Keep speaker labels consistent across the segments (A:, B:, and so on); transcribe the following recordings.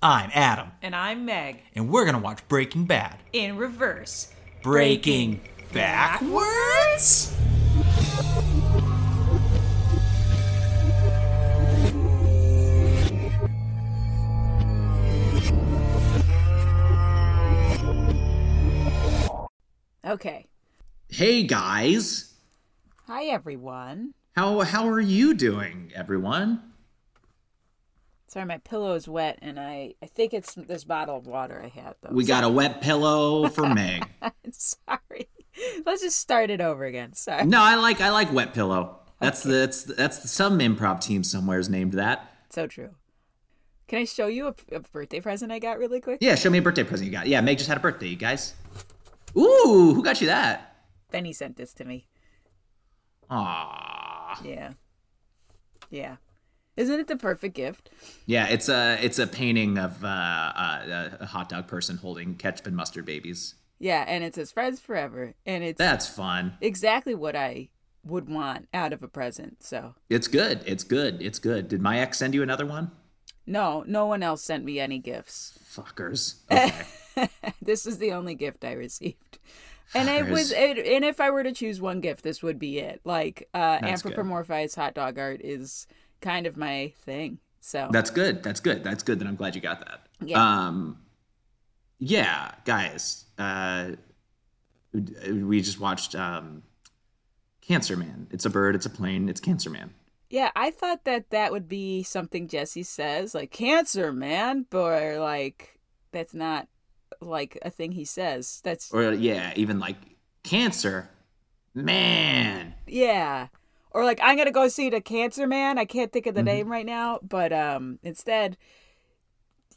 A: I'm Adam,
B: And I'm Meg
A: and we're gonna watch Breaking Bad.
B: in reverse.
A: Breaking backwards?
B: Okay.
C: Hey guys,
B: Hi, everyone.
C: how how are you doing, everyone?
B: Sorry, my pillow is wet, and I, I think it's this bottle of water I had, though.
C: We got a wet pillow for Meg.
B: Sorry. Let's just start it over again. Sorry.
C: No, I like I like wet pillow. That's the that's the, that's the, some improv team somewhere is named that.
B: So true. Can I show you a, a birthday present I got really quick?
C: Yeah, show me a birthday present you got. Yeah, Meg just had a birthday, you guys. Ooh, who got you that?
B: Benny sent this to me.
C: Aww.
B: Yeah. Yeah. Isn't it the perfect gift?
C: Yeah, it's a it's a painting of uh, uh, a hot dog person holding ketchup and mustard babies.
B: Yeah, and it says friends forever, and it's
C: That's fun.
B: exactly what I would want out of a present. So,
C: It's good. It's good. It's good. Did my ex send you another one?
B: no, no one else sent me any gifts.
C: Fuckers. Okay.
B: this is the only gift I received. And it was, it, and if I were to choose one gift, this would be it. Like uh,
C: That's good.
B: anthropomorphized hot dog art is kind of my thing. So
C: That's good. That's good. That's good. Then I'm glad you got that.
B: Yeah.
C: Um, yeah, guys. Uh, we just watched um, Cancer Man. It's a bird. It's a plane. It's Cancer Man.
B: yeah, I thought that that would be something Jesse says, like cancer man, but like that's not like a thing he says. That's
C: Or uh, yeah, even like Cancer Man.
B: yeah, or like I'm gonna go see the cancer man. I can't think of
C: Mm-hmm.
B: the name right now, but um, instead.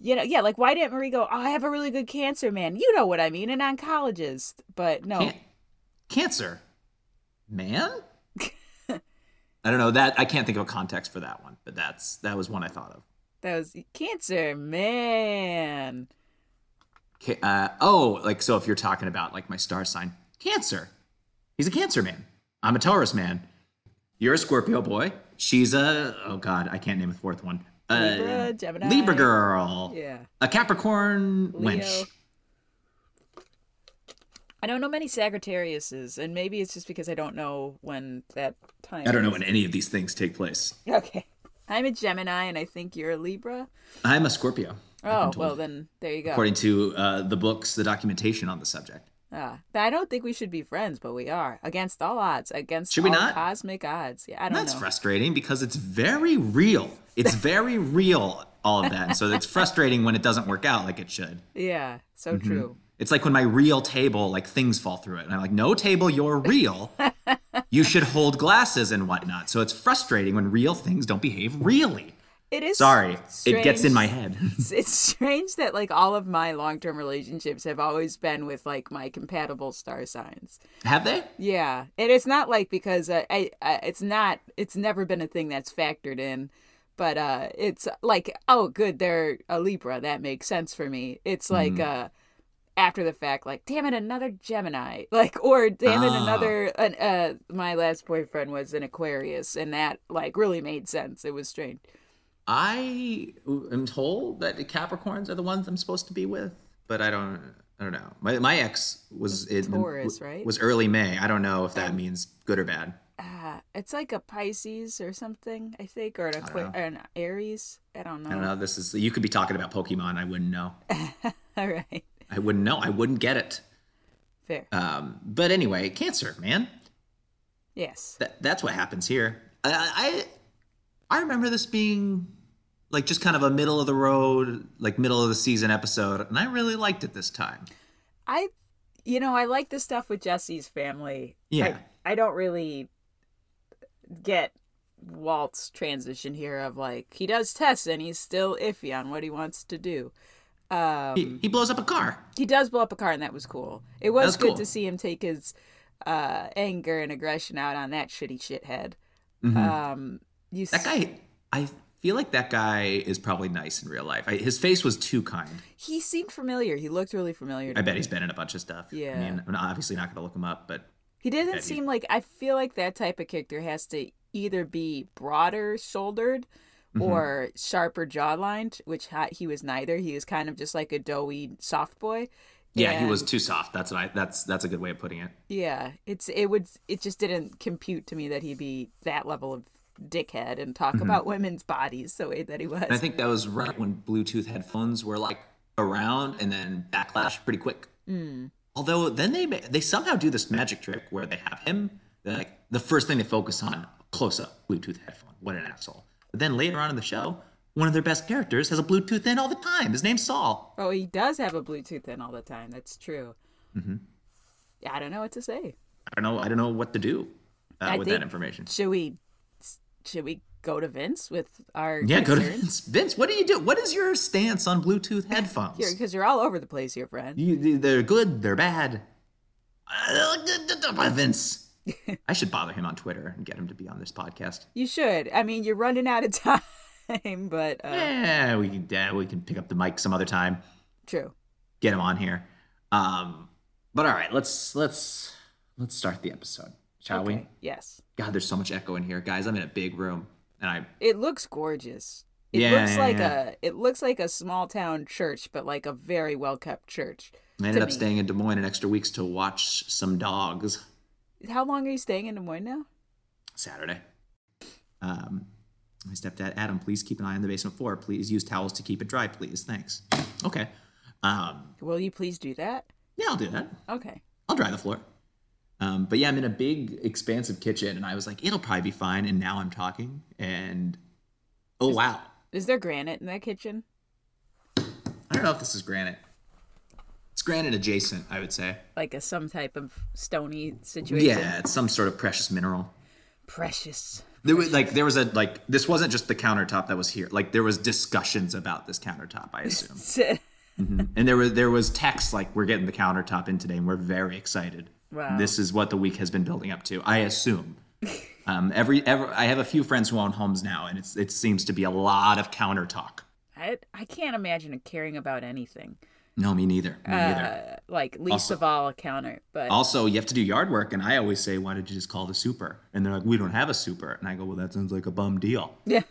B: you know, yeah, like why didn't Marie go? Oh, I have a really good cancer man. You know what I mean, an oncologist. But no,
C: Can- cancer Man. I don't know that. I can't think of a context for that one, but that's that was one I thought of.
B: that was cancer man.
C: Ca- Uh, oh, like so if you're talking about like my star sign, Cancer. He's a Cancer man. I'm a Taurus man. You're a Scorpio boy. She's a oh god, I can't name a fourth one. Uh,
B: Libra, Gemini.
C: Libra girl.
B: Yeah.
C: A Capricorn
B: Leo.
C: wench.
B: I don't know many Sagittariuses, and maybe it's just because I don't know when that time.
C: I don't know
B: is.
C: when any of these things take place.
B: Okay, I'm a Gemini, and I think you're a Libra.
C: I'm a Scorpio.
B: Oh well, then there you go.
C: According to uh, the books, the documentation on the subject.
B: Ah, I don't think we should be friends, but we are against all odds, against
C: Should we
B: all
C: not?
B: cosmic odds. Yeah, I don't
C: That's
B: know.
C: frustrating because it's very real. It's very real, all of that. And so it's frustrating when it doesn't work out like it should.
B: yeah, so
C: Mm-hmm.
B: true.
C: It's like when my real table, like things fall through it. And I'm like, no table, you're real. you should hold glasses and whatnot. So it's frustrating when real things don't behave really.
B: It is
C: Sorry, it gets in
B: strange-
C: my head.
B: it's, it's strange that like all of my long-term relationships have always been with like my compatible star signs
C: Have they?
B: yeah and it's not like because uh, I, I it's not it's never been a thing that's factored in but uh it's like oh good they're a libra that makes sense for me it's like
C: Mm-hmm.
B: uh after the fact like damn it another gemini like or damn it
C: Ah.
B: another an, uh my last boyfriend was an aquarius and that like really made sense it was strange
C: I am told that the Capricorns are the ones I'm supposed to be with, but I don't. I don't know. My, my ex was in,
B: Taurus, right? Oh.
C: Was early May. I don't know if that means good or bad.
B: uh, it's like a Pisces or something, I think, or an, Aqua- or an Aries. I don't know.
C: I don't know. This is you could be talking about Pokemon. I wouldn't know.
B: All right,
C: I wouldn't know. I wouldn't get it.
B: fair.
C: Um, but anyway, Cancer, man.
B: yes.
C: that that's what happens here. I, I I remember this being like just kind of a middle of the road, like middle of the season episode, and I really liked it this time.
B: I, you know, I like the stuff with Jesse's family.
C: Yeah.
B: I, I don't really get Walt's transition here of like he does tests and he's still iffy on what he wants to do. Um,
C: He, he blows up a car.
B: he does blow up a car and that was cool it was,
C: was
B: good
C: cool.
B: to see him take his uh anger and aggression out on that shitty shithead um you
C: Mm-hmm. That guy, I feel like that guy is probably nice in real life. I, his face was too kind.
B: he seemed familiar he looked really familiar to
C: I bet he's been in a bunch of stuff.
B: Yeah.
C: I mean, I'm obviously not going to look him up, but
B: He doesn't
C: that he-
B: seem like I feel like that type of character has to either be broader shouldered
C: Mm-hmm.
B: or sharper jawline, which ha- he was neither. He was kind of just like a doughy soft boy.
C: Yeah, he
B: And-
C: was too soft. That's what I. That's that's a good way of putting it.
B: Yeah, it's it would it just didn't compute to me that he'd be that level of dickhead and talk about women's bodies the way that he was.
C: And Mm-hmm. I think that was right when Bluetooth headphones were like around, and then backlash pretty quick.
B: Hmm.
C: Although then they ma- they somehow do this magic trick where they have him they're like the first thing they focus on close up Bluetooth headphone. What an asshole! But then later on in the show, one of their best characters has a Bluetooth in all the time. His name's Saul.
B: oh, he does have a Bluetooth in all the time. That's true. Mm-hmm. I don't know what to say.
C: I don't know. I don't know what to do uh,
B: I
C: with
B: think-
C: that information.
B: Should we should we go to Vince with our
C: Yeah, go to
B: concerns?
C: Vince. Vince, what do you do? What is your stance on Bluetooth headphones?
B: because you're all over the place here, friend.
C: You, they're good. They're bad. Uh, Vince. I should bother him on Twitter and get him to be on this podcast.
B: You should. I mean, you're running out of time, but uh,
C: Yeah, we can. Yeah, we can pick up the mic some other time.
B: true.
C: Get him on here. Um, but all right, let's let's let's start the episode, shall we?
B: Okay, Yes.
C: God, there's so much echo in here, guys. I'm in a big room, and I
B: It looks gorgeous. It
C: Yeah,
B: looks
C: yeah,
B: like
C: yeah.
B: a it looks like a small town church, but like a very well kept church.
C: I ended
B: To
C: up
B: me.
C: staying in Des Moines an extra weeks to watch some dogs
B: How long are you staying in Des Moines now?
C: Saturday. Um, my stepdad, Adam, please keep an eye on the basement floor. Please use towels to keep it dry, please. Thanks. Okay. Um,
B: Will you please do that?
C: yeah, I'll do that.
B: Okay.
C: I'll dry the floor. Um, but yeah, I'm in a big, expansive kitchen, and I was like, it'll probably be fine. And now I'm talking, and oh wow,
B: Is there granite in that kitchen?
C: I don't know if this is granite. It's granite adjacent, I would say.
B: Like a some type of stony situation.
C: Yeah, it's some sort of precious mineral.
B: Precious.
C: There was like there was a like this wasn't just the countertop that was here. Like there was discussions about this countertop, I assume. And there was there was text like we're getting the countertop in today, and we're very excited.
B: Wow.
C: This is what the week has been building up to. I assume. um, every ever I have a few friends who own homes now, and it's it seems to be a lot of counter talk.
B: I I can't imagine caring about anything.
C: No, me neither. Me neither.
B: Uh, like least of all a counter, but
C: Also, you have to do yard work, and I always say, "Why did you just call the super?" And they're like, "We don't have a super," and I go, "Well, that sounds like a bum deal."
B: Yeah.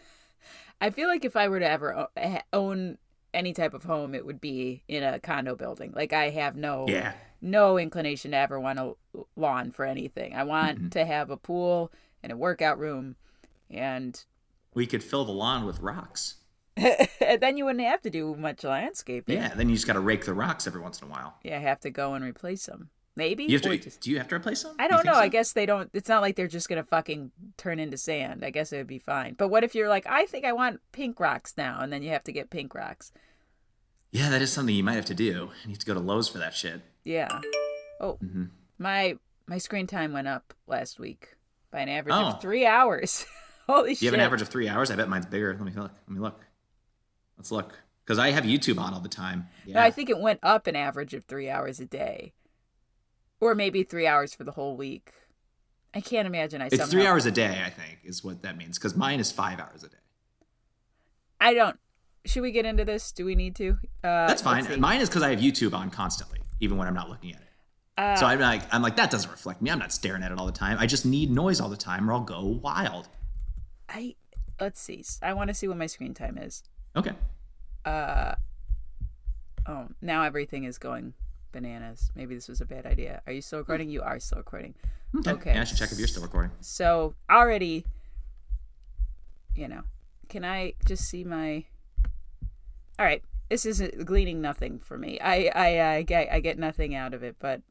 B: I feel like if I were to ever o- ha- own any type of home, it would be in a condo building. Like I have no
C: Yeah.
B: no inclination to ever want a l- lawn for anything. I want
C: Mm-hmm.
B: to have a pool and a workout room and
C: We could fill the lawn with rocks.
B: and then you wouldn't have to do much landscaping.
C: Yeah, then you just got to rake the rocks every once in a while.
B: Yeah, have to go and replace them. Maybe
C: You have
B: Or
C: to.
B: just-
C: Do you have to replace them?
B: I
C: You
B: don't
C: think
B: know. I
C: so?
B: guess they don't. It's not like they're just gonna fucking turn into sand. I guess it would be fine. But what if you're like, I think I want pink rocks now, and then you have to get pink rocks?
C: Yeah, that is something you might have to do. You have to go to Lowe's for that shit.
B: Yeah. Oh,
C: Mhm.
B: my my screen time went up last week by an average
C: Oh.
B: of three hours. Holy shit!
C: You have an average of three hours. I bet mine's bigger. Let me look. Let me look. Let's look. Because I have YouTube on all the time. Yeah.
B: No, I think it went up an average of three hours a day, or maybe three hours for the whole week. I can't imagine. I
C: it's
B: somehow-
C: three hours a day. I think is what that means. Because mine is five hours a day.
B: I don't. Should we get into this? Do we need to? Uh,
C: That's fine.
B: let's see.
C: Mine is because I have YouTube on constantly, even when I'm not looking at it.
B: Uh,
C: so I'm like, I'm like, that doesn't reflect me. I'm not staring at it all the time. I just need noise all the time, or I'll go wild.
B: I let's see. I want to see what my screen time is.
C: Okay.
B: Uh, oh, now everything is going bananas. Maybe this was a bad idea. Are you still recording?
C: Mm.
B: You are still recording.
C: Okay.
B: Okay.
C: Hmm. Yeah, I should check if you're still recording.
B: So already, you know, can I just see my? All right, this isn't gleaning nothing for me. I I I get I get nothing out of it, but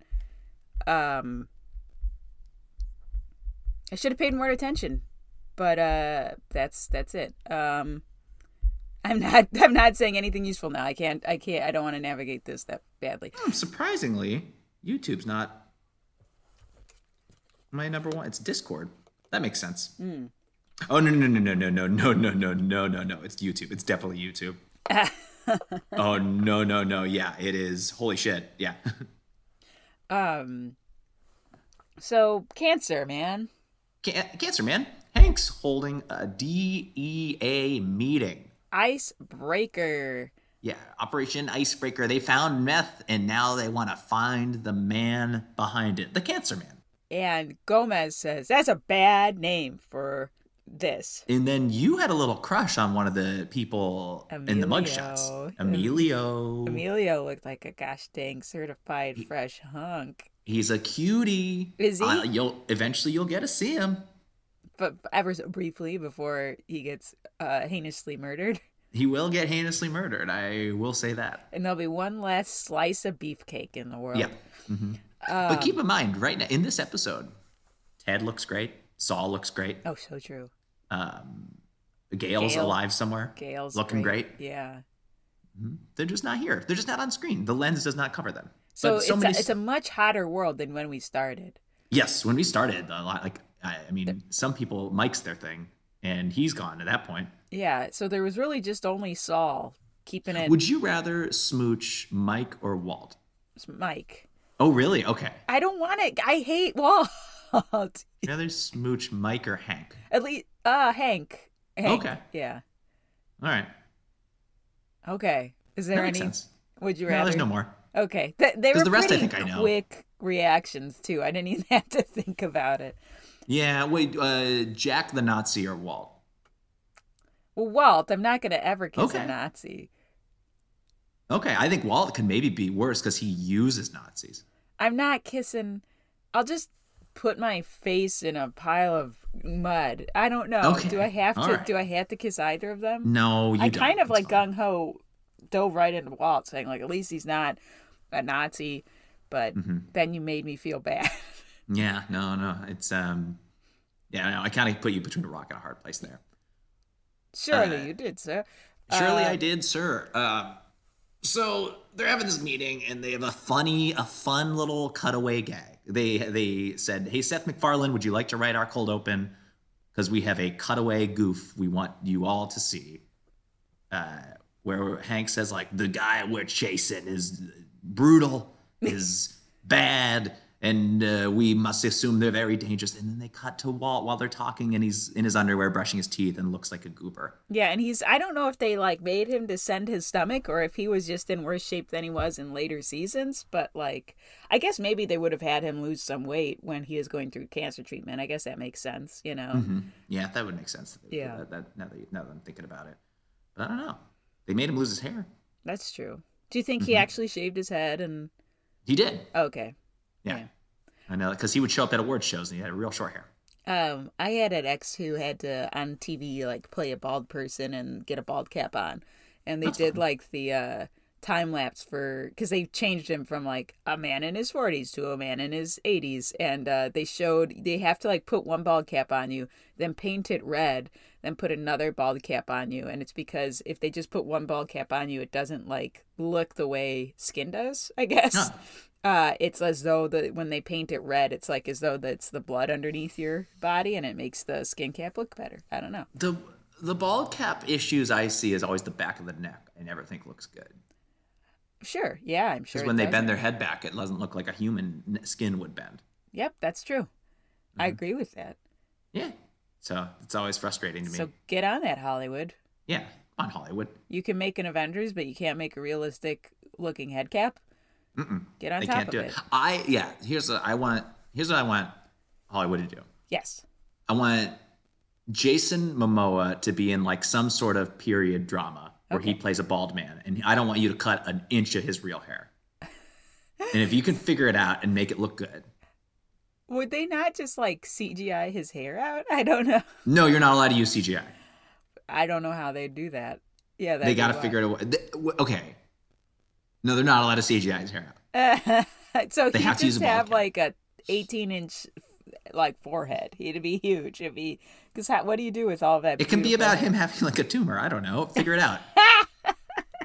B: um, I should have paid more attention. But uh, that's that's it. Um, I'm not I'm not saying anything useful now. I can't I can't I don't want to navigate this that badly.
C: Hmm, surprisingly, YouTube's not my number one. It's Discord. That makes sense. Oh no no no no no no no no no no no no! It's YouTube. It's definitely YouTube. oh no no no! Yeah, it is. Holy shit! Yeah.
B: Um, so cancer, man.
C: Can- Cancer man. Hank's holding a DEA meeting.
B: Icebreaker.
C: Yeah, Operation Icebreaker. They found meth, and now they want to find the man behind it, the Cancer Man.
B: And Gomez says that's a bad name for this.
C: And then you had a little crush on one of the people in the mugshots. Emilio.
B: Emilio looked like a gosh dang certified
C: Mm.
B: fresh hunk.
C: He's a cutie.
B: Is he?
C: Uh, you'll eventually you'll get to see him.
B: But ever so briefly before he gets uh, heinously murdered.
C: He will get heinously murdered. I will say that.
B: And there'll be one last slice of beefcake in the world. Uh,
C: Yeah. Mhm. but keep in mind, right now in this episode, Ted looks great. Saul looks great.
B: Oh, so true.
C: Um, Gail's
B: Gale.
C: alive somewhere.
B: Gail's
C: looking great.
B: Yeah.
C: They're just not here. They're just not on screen. The lens does not cover them.
B: So,
C: But
B: it's, a, it's a much hotter world than when we started.
C: Yes, when we started, a lot like I, I mean, some people Mike's their thing, and he's gone at that point.
B: Yeah. So there was really just only Saul keeping it
C: Would you rather smooch Mike or Walt?
B: Mike.
C: Oh, really? Okay.
B: I don't want it. I hate Walt.
C: Would you rather smooch Mike or Hank?
B: At least, uh, Hank. Hank.
C: Okay.
B: Yeah.
C: All right,
B: Okay. Is
C: that
B: there
C: makes
B: any?
C: sense.
B: Would you
C: No,
B: rather?
C: there's no more.
B: Okay. Th- they
C: 'Cause
B: were
C: the rest I
B: pretty
C: think I know.
B: quick reactions too. I didn't even have to think about it.
C: Yeah, wait. Uh, Jack the Nazi or Walt?
B: Well, Walt, I'm not gonna ever kiss
C: Okay.
B: a Nazi.
C: Okay, I think Walt could maybe be worse because he uses Nazis.
B: I'm not kissing. I'll just put my face in a pile of mud. I don't know.
C: Okay.
B: Do I have to?
C: All right.
B: Do I have to kiss either of them?
C: No, you
B: I
C: don't.
B: kind of
C: It's
B: like
C: fine.
B: gung ho dove right into Walt, saying like, at least he's not a Nazi. But
C: Mm-hmm.
B: then you made me feel bad.
C: Yeah, no, no. It's um, yeah, no. I kind of put you between a rock and a hard place there.
B: Surely
C: Uh,
B: you did, sir. Uh,
C: Surely I did, sir. Um, so they're having this meeting, and they have a funny, a fun little cutaway gag. They they said, "Hey, Seth MacFarlane, would you like to write our cold open? Because we have a cutaway goof we want you all to see." Uh, where Hank says, "Like the guy we're chasing is brutal, is bad." And uh, we must assume they're very dangerous. And then they cut to Walt while they're talking, and he's in his underwear, brushing his teeth, and looks like a goober.
B: Yeah, and he's I don't know if they like made him descend his stomach or if he was just in worse shape than he was in later seasons, but like I guess maybe they would have had him lose some weight when he is going through cancer treatment. I guess that makes sense, you
C: Mm.
B: know.
C: Mm-hmm. Yeah, that would make sense. that they would do
B: Yeah.
C: That, that- now, that, you- now that I'm thinking about it. But I don't know. They made him lose his hair.
B: That's true. Do you think he
C: Mm-hmm.
B: actually shaved his head and
C: He did.
B: okay.
C: Yeah.
B: Yeah.
C: I know, because he would show up at award shows and he had real short hair.
B: Um, I had an ex who had to on TV like play a bald person and get a bald cap on, and they did like the uh, time lapse for because they changed him from like a man in his forties to a man in his eighties, and uh, they showed they have to like put one bald cap on you, then paint it red, then put another bald cap on you, and it's because if they just put one bald cap on you, it doesn't like look the way skin does, I guess
C: Huh.
B: uh it's as though the when they paint it red it's like as though that's the blood underneath your body and it makes the skin cap look better i don't know
C: The the bald cap issues I see is always the back of the neck. I never think looks good.
B: sure yeah i'm sure
C: Because
B: it
C: when they
B: does.
C: bend their head back, it doesn't look like a human n- skin would bend.
B: yep that's true i
C: Mm-hmm.
B: agree with that
C: Yeah. So it's always frustrating to me.
B: so get on that hollywood
C: yeah. Come on, Hollywood.
B: you can make an avengers but you can't make a realistic looking head cap
C: Mm-mm.
B: get on
C: They
B: top
C: can't
B: of
C: do it. I, yeah. Here's what I want. Here's what I want Hollywood to do.
B: yes
C: I want Jason Momoa to be in like some sort of period drama where he
B: Okay.
C: plays a bald man, and I don't want you to cut an inch of his real hair. and if you can figure it out and make it look good,
B: would they not just like cgi his hair out i don't know
C: no, you're not allowed to use CGI.
B: i don't know how they do that yeah
C: they got to figure it out. They- w- Okay, no, they're not allowed to CGI his hair out.
B: Uh, so
C: They
B: he
C: have to use
B: just
C: a ball
B: have
C: cap.
B: like a 18 inch like forehead. He'd be huge. It'd be because what do you do with all that?
C: It can be
B: beautiful
C: about
B: hair?
C: him having like a tumor. I don't know. Figure it out.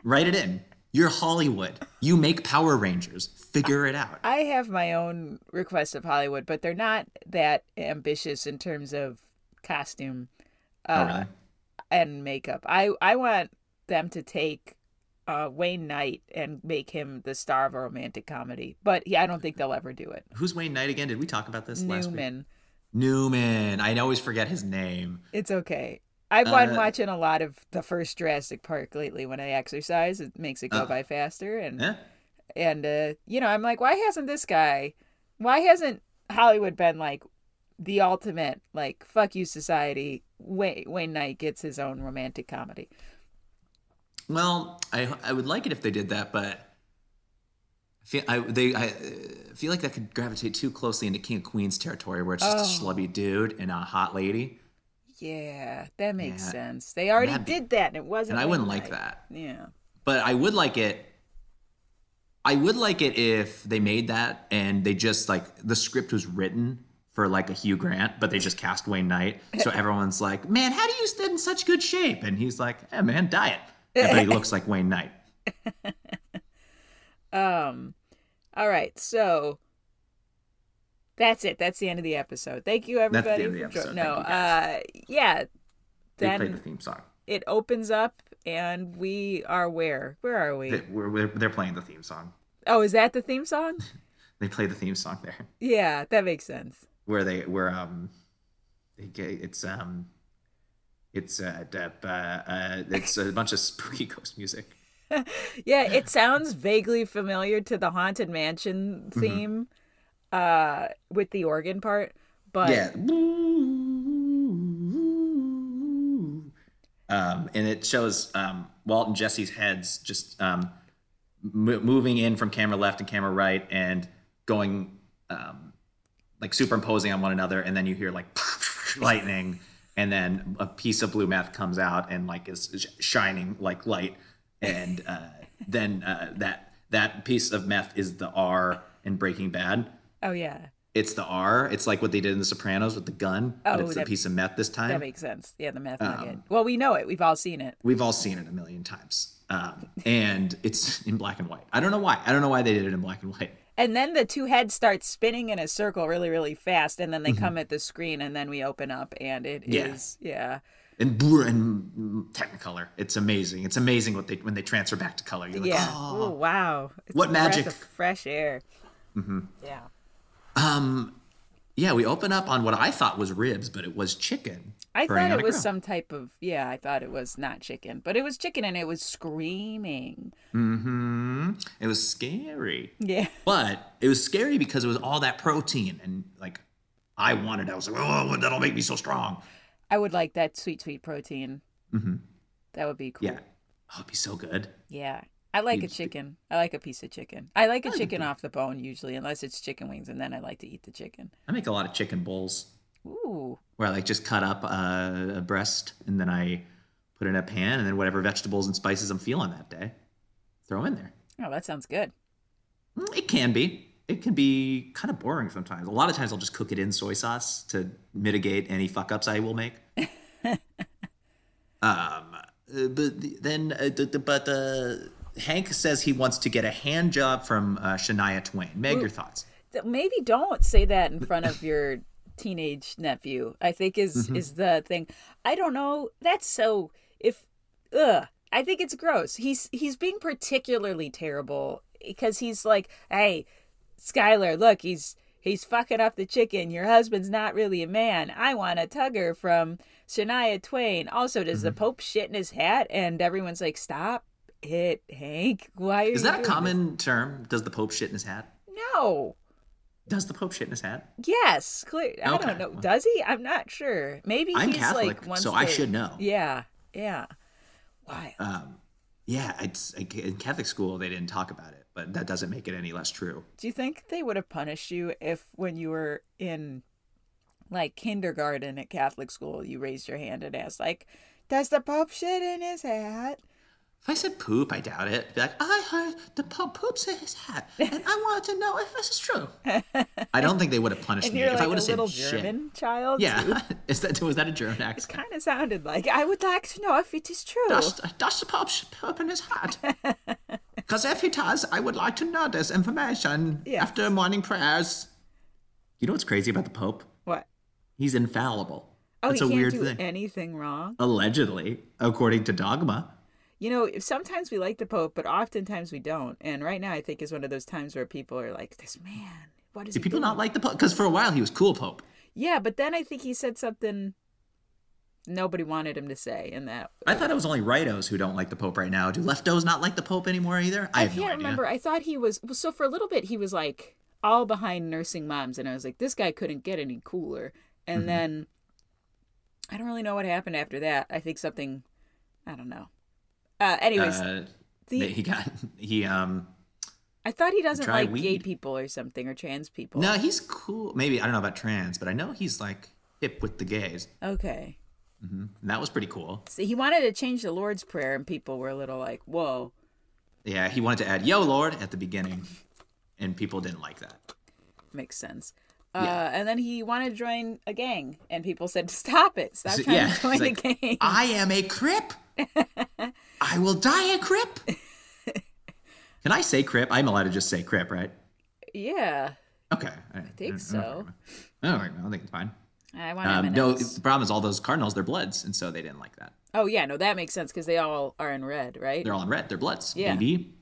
C: Write it in. You're Hollywood. You make Power Rangers. Figure it out.
B: I have my own requests of Hollywood, but they're not that ambitious in terms of costume
C: oh,
B: uh,
C: really?
B: and makeup. I I want them to take uh, Wayne Knight and make him the star of a romantic comedy, but yeah, I don't think they'll ever do it.
C: Who's Wayne Knight again? Did we talk about this last week?
B: Newman.
C: Newman. I always forget his name.
B: It's okay. I've been
C: Uh,
B: watching a lot of the first Jurassic Park lately. When I exercise, it makes it go
C: Uh,
B: by faster, and
C: Eh?
B: and uh, you know, I'm like, why hasn't this guy? Why hasn't Hollywood been like, the ultimate like fuck you society. Wayne Wayne Knight gets his own romantic comedy.
C: Well, I I would like it if they did that, but I feel I they I uh, feel like that could gravitate too closely into King of Queens territory, where it's just a schlubby dude and a hot lady,
B: Yeah, that makes
C: Yeah.
B: sense. They already
C: That'd be-
B: did that, and it wasn't.
C: and I wouldn't
B: Wayne
C: like
B: Knight.
C: that.
B: Yeah.
C: But I would like it. I would like it if they made that and they just like the script was written for like a Hugh Grant, but they just cast Wayne Knight. So everyone's like, "Man, how do you stay in such good shape?" And he's like, "Yeah, man, diet." Yeah, But he looks like Wayne Knight.
B: Um, all right, so that's it. That's the end of the episode. Thank you,
C: the
B: everybody.
C: end of the
B: for jo-
C: episode.
B: No,
C: Thank you,
B: uh, yeah.
C: They played the
B: Then
C: theme song.
B: it opens up, and we are where? Where are we?
C: They, we're, we're, they're playing the theme song.
B: Oh, is that the theme song?
C: They play the theme song there.
B: yeah, that makes sense.
C: where they where um they get, it's um it's uh, d- uh, uh it's a bunch of spooky ghost music.
B: Yeah, it sounds vaguely familiar to the haunted mansion
C: Mm-hmm.
B: theme, uh, with the organ part. But
C: Um, and it shows um, Walt and Jesse's heads just um, m- moving in from camera left and camera right and going um, like superimposing on one another. And then you hear like lightning. And then a piece of blue meth comes out and like is sh- shining like light. And uh, then uh, that that piece of meth is the R in Breaking Bad
B: oh yeah,
C: it's the R. It's like what they did in The Sopranos with the gun, but
B: Oh,
C: it's
B: that-
C: a piece of meth this time.
B: that makes sense. Yeah, the math nugget.
C: um,
B: Well, we know it. We've all seen it.
C: We've all seen it a million times, um, and it's in black and white. I don't know why. I don't know why they did it in black and white.
B: And then the two heads start spinning in a circle really, really fast, and then they come at the screen, and then we open up, and it is
C: Mm-hmm. Yeah.
B: yeah,
C: And blur and Technicolor. It's amazing. It's amazing what they when they transfer back to color. You're like,
B: yeah.
C: oh.
B: Oh wow! It's
C: What
B: a breath
C: magic.
B: of fresh air. Mm-hmm. Yeah.
C: yeah. We open up on what I thought was ribs, but it was chicken.
B: I
C: for
B: thought
C: Anna
B: it was
C: Grove.
B: some type of yeah. I thought it was not chicken, but it was chicken, and it was screaming.
C: Mhm. It was scary.
B: Yeah.
C: But it was scary because it was all that protein, and like I wanted. I was like, oh, that'll make me so strong.
B: I would like that sweet, sweet protein. Mm-hmm. That would be cool.
C: Yeah. Oh, it'd be so good.
B: Yeah. I like a
C: You'd-
B: chicken. I like a piece of chicken. I like a
C: like a
B: chicken off the bone usually, unless it's chicken wings, and then I like to eat the chicken.
C: I make a lot of chicken bowls
B: Ooh.
C: where I like just cut up uh, a breast and then I put it in a pan and then whatever vegetables and spices I'm feeling that day, throw in there.
B: Oh, that sounds good.
C: Mm, It can be. It can be kind of boring sometimes. A lot of times I'll just cook it in soy sauce to mitigate any fuck ups I will make. um, uh, but the- then, uh, d- d- but uh, Hank says he wants to get a hand job from uh, Shania Twain. Meg, your thoughts?
B: Th- maybe don't say that in front of your teenage nephew i think is
C: Mm-hmm.
B: is the thing i don't know that's so if ugh i think it's gross he's he's being particularly terrible because he's like hey skylar look he's he's fucking up the chicken your husband's not really a man i want a tugger from shania twain also does
C: Mm-hmm.
B: the pope shit in his hat and everyone's like stop it hank why are
C: Is
B: you
C: that a
B: doing
C: common term? Does the Pope shit in his hat?
B: this?" no
C: Does the Pope shit in his hat?
B: Yes, clear. I
C: Okay.
B: don't know. Does he? I'm not sure. Maybe
C: I'm
B: he's
C: Catholic,
B: like once
C: so I should know.
B: Yeah, yeah. Why?
C: Um, yeah, it's like, in Catholic school they didn't talk about it, but that doesn't make it any less true.
B: Do you think they would have punished you if, when you were in like kindergarten at Catholic school, you raised your hand and asked, like, "Does the Pope shit in his hat?"
C: If I said poop, I doubt it. Be like, I heard the Pope poops in his hat, and I wanted to know if this is true. I don't think they would have punished
B: And
C: me
B: you're
C: if
B: like
C: I would
B: a
C: have said
B: little
C: shit.
B: German child.
C: Yeah, is that was that a German accent?
B: Kind of sounded like I would like to know if it is true.
C: Does, does the Pope sh- poop in his hat? Because if he does, I would like to know this information
B: Yeah.
C: after morning prayers. You know what's crazy about the Pope?
B: What?
C: He's infallible.
B: Oh,
C: That's
B: he
C: a
B: can't
C: weird
B: do
C: thing.
B: anything wrong.
C: allegedly, according to dogma.
B: You know, sometimes we like the Pope, but oftentimes we don't. And right now, I think is one of those times where people are like, "This man, what is
C: Do
B: he
C: people
B: doing?"
C: not like the Pope? Because for a while he was cool Pope.
B: Yeah, but then I think he said something nobody wanted him to say, and that
C: I thought it was only rightos who don't like the Pope right now. Do leftos not like the Pope anymore either? I,
B: I,
C: have
B: can't
C: no idea.
B: remember. I thought he was well, so for a little bit he was like all behind nursing moms, and I was like, "This guy couldn't get any cooler." and
C: Mm-hmm.
B: then I don't really know what happened after that. I think something, I don't know. Uh, anyways,
C: Uh,
B: the-
C: that he got he um
B: I thought he doesn't
C: try
B: like gay
C: weed.
B: people or something or trans people.
C: no he's cool maybe I don't know about trans but I know he's like hip with the gays
B: Okay.
C: and that was pretty cool
B: So he wanted to change the Lord's Prayer, and people were a little like, "Whoa."
C: yeah he wanted to add yo lord at the beginning and people didn't like that
B: makes sense. Uh, and then he wanted to join a gang, and people said, "Stop it! Stop
C: So-
B: trying
C: yeah,
B: to join
C: it's like,
B: a gang."
C: I am a crip I will die a crip can I say crip I'm allowed to just say crip right
B: yeah,
C: okay I
B: think so.
C: all right well, I think it's fine
B: I want
C: Mm, um, no
B: M&Ms.
C: the problem is all those cardinals they're bloods and so they didn't like that
B: Oh yeah, no, that makes sense because they all are in red, right?
C: they're all in red. They're bloods,
B: Yeah.
C: baby.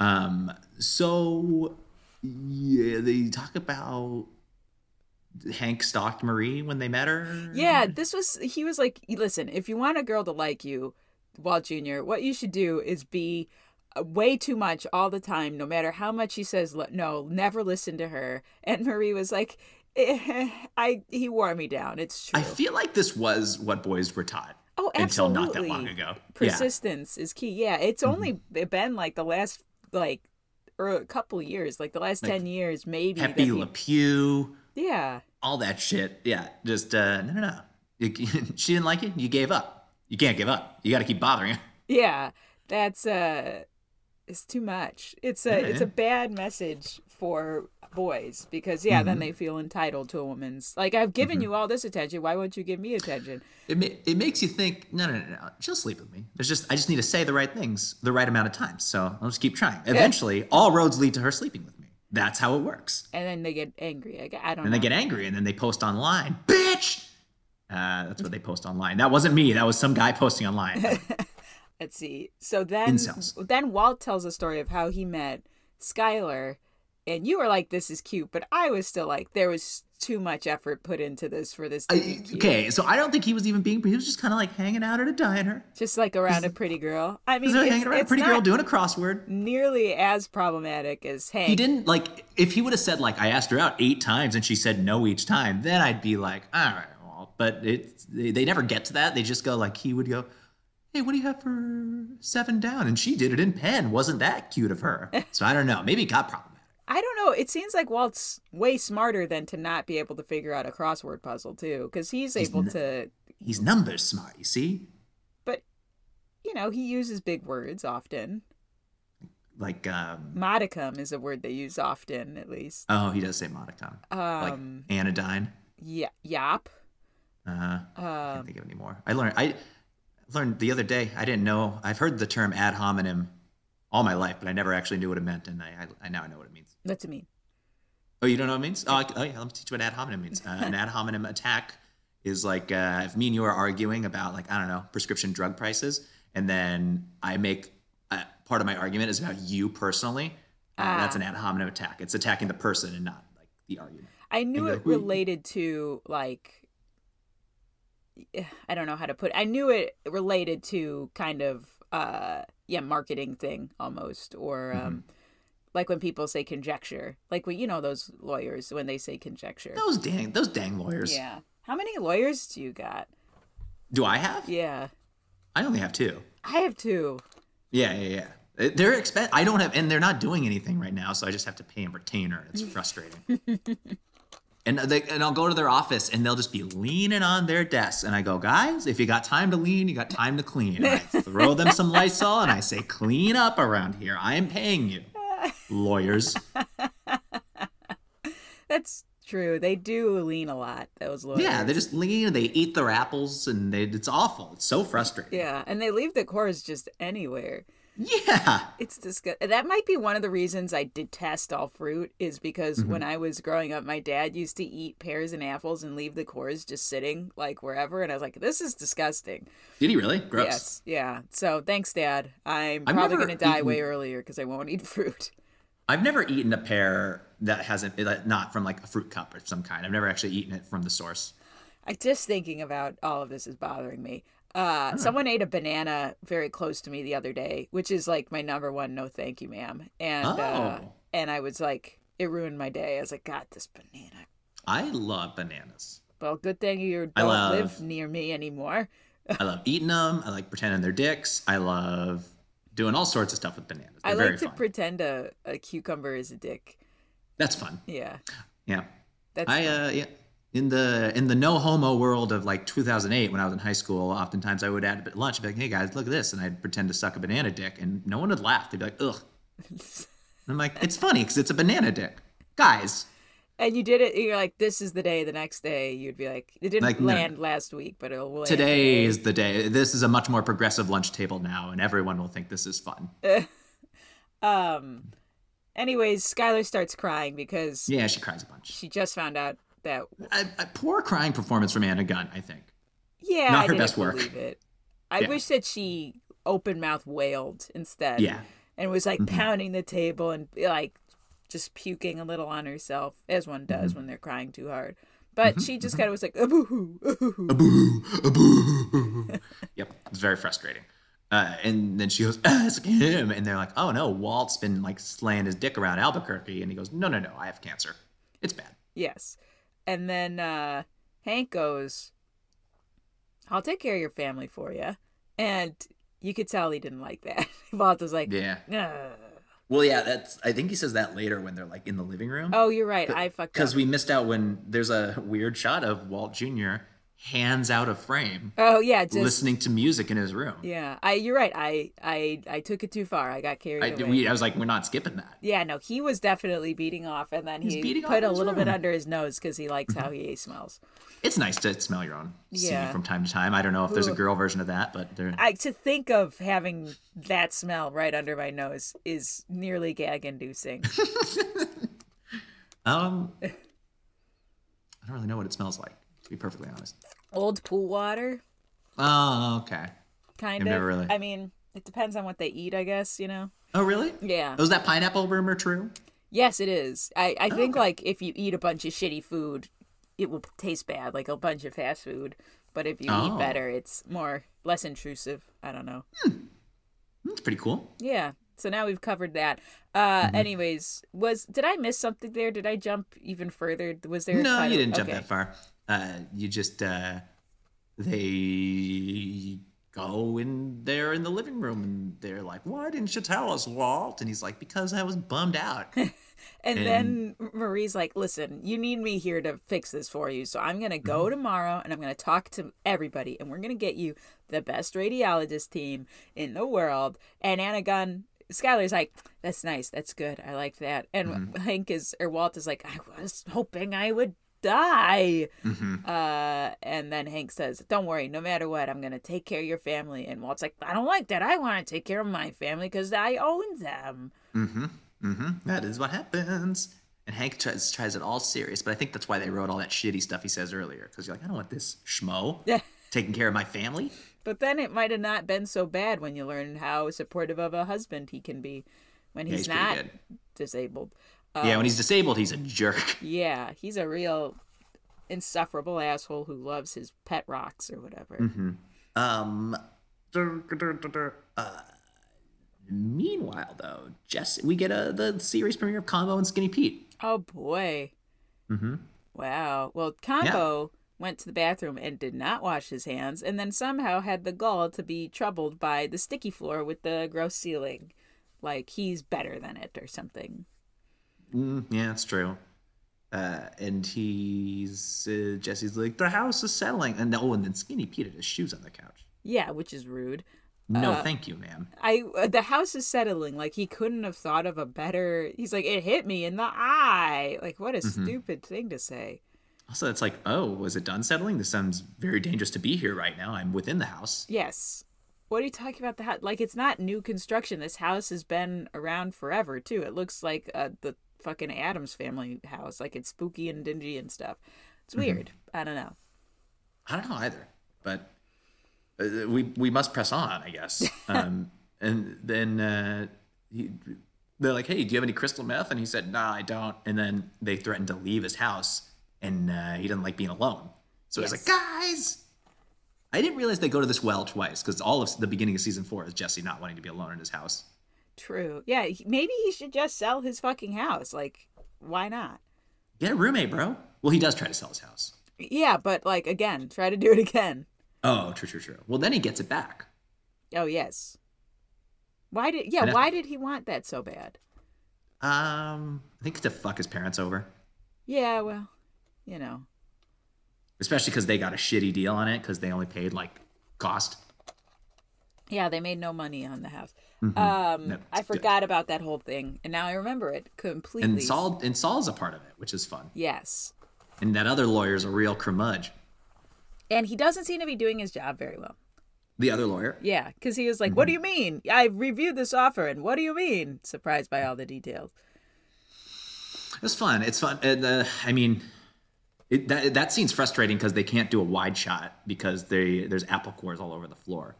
C: Um, so yeah, they talk about Hank stalked Marie when they met her.
B: Yeah, this was he was like, "Listen, if you want a girl to like you, Walt Junior, what you should do is be." uh, Way too much all the time, no matter how much he says li- no, never listen to her. And Marie was like, eh, "I he wore me down. It's true."
C: I feel like this was what boys were taught
B: oh,
C: until
B: absolutely.
C: not that long ago. Mm-hmm.
B: persistence is key. Yeah, it's only been like the last like or a couple years, like the last ten years, maybe.
C: yeah,
B: that
C: Pepe
B: peop-
C: Le Pew,
B: yeah,
C: all that shit. Yeah, just uh, no, no, no. You- she didn't like it. You gave up. You can't give up. You got to keep bothering her.
B: yeah. That's uh, it's too much. It's a it's a
C: Yeah.
B: bad message for boys because yeah,
C: Mm-hmm.
B: then they feel entitled to a woman's like I've given you all this attention. Why won't you give me attention?
C: It, ma- it makes you think, no, no, no, no, she'll sleep with me. There's just, I just need to say the right things the right amount of times. So I'll just keep trying. Eventually, all roads lead to her sleeping with me. That's how it works.
B: And then they get angry. I, g- I
C: And
B: don't. know.
C: they get angry and then they post online, bitch! Uh, that's what they post online. That wasn't me. That was some guy posting online.
B: Let's see. So then,
C: Incels.
B: then Walt tells a story of how he met Skylar, and you were like, "This is cute," but I was still like, "There was too much effort put into this for this to be cute."
C: okay, so I don't think he was even being, he was just kind of like hanging out at a diner.
B: Just like around a pretty girl. I mean,
C: He's like
B: it's,
C: hanging around a
B: it's
C: pretty
B: not
C: girl doing a crossword.
B: nearly as problematic as Hank.
C: He didn't like if he would have said like I asked her out eight times and she said no each time, then I'd be like, all right, well, but it they, they never get to that. They just go like he would go, hey, what do you have for seven down? And she did it in pen. Wasn't that cute of her? So I don't know. Maybe it got problematic.
B: I don't know. It seems like Walt's way smarter than to not be able to figure out a crossword puzzle too, because he's able to.
C: He's numbers smart, you see,
B: But you know, he uses big words often.
C: like um
B: Modicum is a word they use often, at least.
C: oh he does say modicon,
B: Um,
C: like anodyne.
B: yeah, yop.
C: Uh, I
B: Um,
C: can't think of any more. I learned I learned the other day. I didn't know. I've heard the term ad hominem all my life, but I never actually knew what it meant, and I, I, I now I know what it means.
B: that's mean.
C: Oh, you don't know what it means? Oh, I, oh yeah, let me teach you what ad hominem means. Uh, an ad hominem attack is like uh, if me and you are arguing about like I don't know prescription drug prices, and then I make uh, part of my argument is about you personally. Uh,
B: Ah.
C: That's an ad hominem attack. It's attacking the person and not like the argument.
B: I knew
C: you're
B: it
C: like, "Wait."
B: related to like eh, I don't know how to put. It. I knew it related to kind of uh yeah marketing thing almost or
C: Mm-hmm.
B: um like when people say conjecture, like when you know those lawyers when they say conjecture.
C: Those dang those dang lawyers.
B: Yeah. How many lawyers do you got?
C: Do I have?
B: Yeah,
C: I only have two.
B: I have two.
C: Yeah, yeah, yeah. Uh, They're expen- I don't have, and they're not doing anything right now, so I just have to pay a retainer. It's frustrating. and uh, they, and I'll go to their office, and they'll just be leaning on their desks, and I go, guys, if you got time to lean, you got time to clean. And I throw them some Lysol, and I say, clean up around here. I am paying you, lawyers.
B: That's true. They do lean a lot. Those lawyers.
C: Yeah, they just lean, and they eat their apples, and they, it's awful. It's so frustrating.
B: yeah, and they leave the cores just anywhere.
C: Yeah.
B: It's disgusting. That might be one of the reasons I detest all fruit is because
C: Mm-hmm.
B: when I was growing up, my dad used to eat pears and apples and leave the cores just sitting like wherever, and I was like, "This is disgusting."
C: Did he really? Gross.
B: Yes, yeah. So thanks, Dad. I'm
C: I've
B: probably
C: never
B: gonna die way
C: eaten-
B: earlier because I won't eat fruit.
C: I've never eaten a pear that hasn't that- not from like a fruit cup or some kind. I've never actually eaten it from the source.
B: I just thinking about all of this is bothering me. Uh, someone ate a banana very close to me the other day, which is like my number one no thank you, ma'am. And uh,
C: Oh.
B: and I was like, it ruined my day. I was like, God, this banana
C: I love bananas.
B: Well, good thing you don't
C: love-
B: live near me anymore.
C: I love eating them. I like pretending they're dicks. I love doing all sorts of stuff with bananas. They're
B: I
C: very
B: like to
C: fun.
B: pretend a, a cucumber is a dick.
C: That's fun.
B: Yeah.
C: Yeah.
B: That's
C: I uh yeah. In the in the no homo world of like 2008, when I was in high school, oftentimes I would at lunch be like, "Hey guys, look at this," and I'd pretend to suck a banana dick, and no one would laugh. They'd be like, "Ugh," and I'm like, "It's funny because it's a banana dick, guys."
B: and you did it you're like, this is the day, the next day you'd be like it didn't
C: Like, no.
B: land last week, but it'll land
C: Today is the day. This is a much more progressive lunch table now, and everyone will think this is fun.
B: Um anyways, Skylar starts crying because
C: Yeah, she cries a bunch.
B: she just found out that
C: A, a poor crying performance from Anna Gunn, I think.
B: yeah,
C: Not
B: I
C: her
B: didn't
C: best work.
B: believe it. I
C: Yeah.
B: wish that she open mouth wailed instead.
C: Yeah. Mm-hmm.
B: And was like pounding the table and like just puking a little on herself, as one does
C: Mm-hmm.
B: when they're crying too hard. But she just kind of was like, a boo-hoo, a boo-hoo.
C: a boo, a boo. yep, it's very frustrating. Uh, and then she goes, ask him. And they're like, oh no, Walt's been like slaying his dick around Albuquerque. And he goes, no, no, no, I have cancer. It's bad.
B: Yes. And then uh, Hank goes, I'll take care of your family for you. And you could tell he didn't like that. Walter's like,
C: Yeah.
B: "Ugh."
C: Well, yeah, that's, I think he says that later when they're like in the living room.
B: oh, you're right. I fucked up.
C: Because we missed out when there's a weird shot of Walt Jr. hands out a frame
B: oh, yeah. Just,
C: listening to music in his room.
B: yeah. I, you're right. I, I, I took it too far. I got carried
C: I,
B: away.
C: we, I was like, we're not skipping that.
B: yeah, no, he was definitely beating off, and then
C: He's
B: he
C: beating off Mm-hmm. in
B: put a
C: his
B: little bit
C: room.
B: under his nose because he likes how he smells.
C: It's nice to smell your own
B: Yeah.
C: semen from time to time. I don't know if there's a
B: Ooh.
C: girl version of that, but there.
B: I to think of having that smell right under my nose is nearly gag-inducing.
C: Um, I don't really know what it smells like, to be perfectly honest.
B: Old pool water.
C: Oh, okay.
B: kind
C: I've
B: of.
C: never really-
B: I mean, it depends on what they eat, I guess, you know?
C: Oh, really?
B: Yeah.
C: Was that pineapple rumor true?
B: Yes, it is. I,
C: Oh,
B: I think, like, if you eat a bunch of shitty food, it will taste bad, like a bunch of fast food. But if you
C: Oh.
B: eat better, it's more, less intrusive. I don't know.
C: That's pretty cool.
B: Yeah. So now we've covered that. Uh,
C: Mm-hmm.
B: anyways, was did I miss something there? Did I jump even further? Was there? a
C: No, you
B: title?
C: didn't jump
B: Okay.
C: that far. Uh, you just uh, they go in there in the living room, and they're like, "Why didn't you tell us, Walt?" And he's like, "Because I was bummed out."
B: And then Marie's like, listen, you need me here to fix this for you. So I'm going to go tomorrow and I'm going to talk to everybody and we're going to get you the best radiologist team in the world. And Anna Gunn, Skylar's like, that's nice. That's good. I like that. And Hank is, or Walt is like, I was hoping I would die. Uh, and then Hank says, don't worry, no matter what, I'm going to take care of your family. And Walt's like, I don't like that. I want to take care of my family because I own them.
C: hmm That is what happens. And Hank tries tries it all serious, but I think that's why they wrote all that shitty stuff he says earlier. Because you're like, I don't want this schmo taking care of my family.
B: But then it might have not been so bad when you learn how supportive of a husband he can be when he's,
C: he's pretty
B: not Oh.
C: good.
B: disabled.
C: yeah, when he's disabled, he's a jerk.
B: Yeah, he's a real insufferable asshole who loves his pet rocks or whatever.
C: Mm-hmm. Um. uh, meanwhile, though, Jess, we get a, the series premiere of Combo and Skinny Pete.
B: Oh boy. Mm-hmm. Wow. Well, Combo went to the bathroom and did not wash his hands and then somehow had the gall to be troubled by the sticky floor with the gross ceiling. Like he's better than it or something.
C: Mm, yeah, it's true. Uh, and he's uh, Jesse's like the house is settling, and oh, and then Skinny Pete had his shoes on the couch.
B: Yeah, which is rude.
C: No,
B: Uh.
C: thank you, ma'am.
B: I uh, the house is settling. Like he couldn't have thought of a better. He's like it hit me in the eye. Like what a stupid thing to say.
C: Also, it's like, oh, was it done settling? This sounds very dangerous to be here right now. I'm within the house.
B: Yes. What are you talking about? The house? Like it's not new construction. This house has been around forever too. It looks like uh, the fucking Adams family house. Like it's spooky and dingy and stuff. It's weird. I don't know.
C: I don't know either, but uh, we we must press on, I guess. Um, and then uh, he, they're like, "Hey, do you have any crystal meth?" And he said, "Nah, I don't." And then they threatened to leave his house, and uh, he doesn't like being alone, so he's
B: Yes.
C: like, "Guys." I didn't realize they go to this well twice because all of the beginning of season four is Jesse not wanting to be alone in his house.
B: True. Yeah. he- Maybe he should just sell his fucking house. Like why not?
C: Get a roommate, bro. Well, he does try to sell his house.
B: yeah, but like again, try to do it again.
C: Oh, true, true, true. Well, then he gets it back.
B: Oh yes. Why did yeah?
C: And I-
B: Why did he want that so bad?
C: Um, I think to fuck his parents over,
B: Yeah, well, you know.
C: especially because they got a shitty deal on it because they only paid like cost.
B: Yeah, they made no money on the house. Um,
C: No, Mm-hmm. it's
B: I
C: good.
B: forgot about that whole thing, and now I remember it completely.
C: And Saul and Saul's a part of it, which is fun.
B: Yes,
C: And that other lawyer's a real curmudge.
B: and he doesn't seem to be doing his job very well.
C: The other lawyer.
B: Yeah, because he was like, "What do you
C: Mm-hmm.
B: mean? I reviewed this offer, and what do you mean?" Surprised by all the details.
C: It's fun. It's fun. And, uh, I mean, it, that that scene's frustrating because they can't do a wide shot because they there's apple cores all over the floor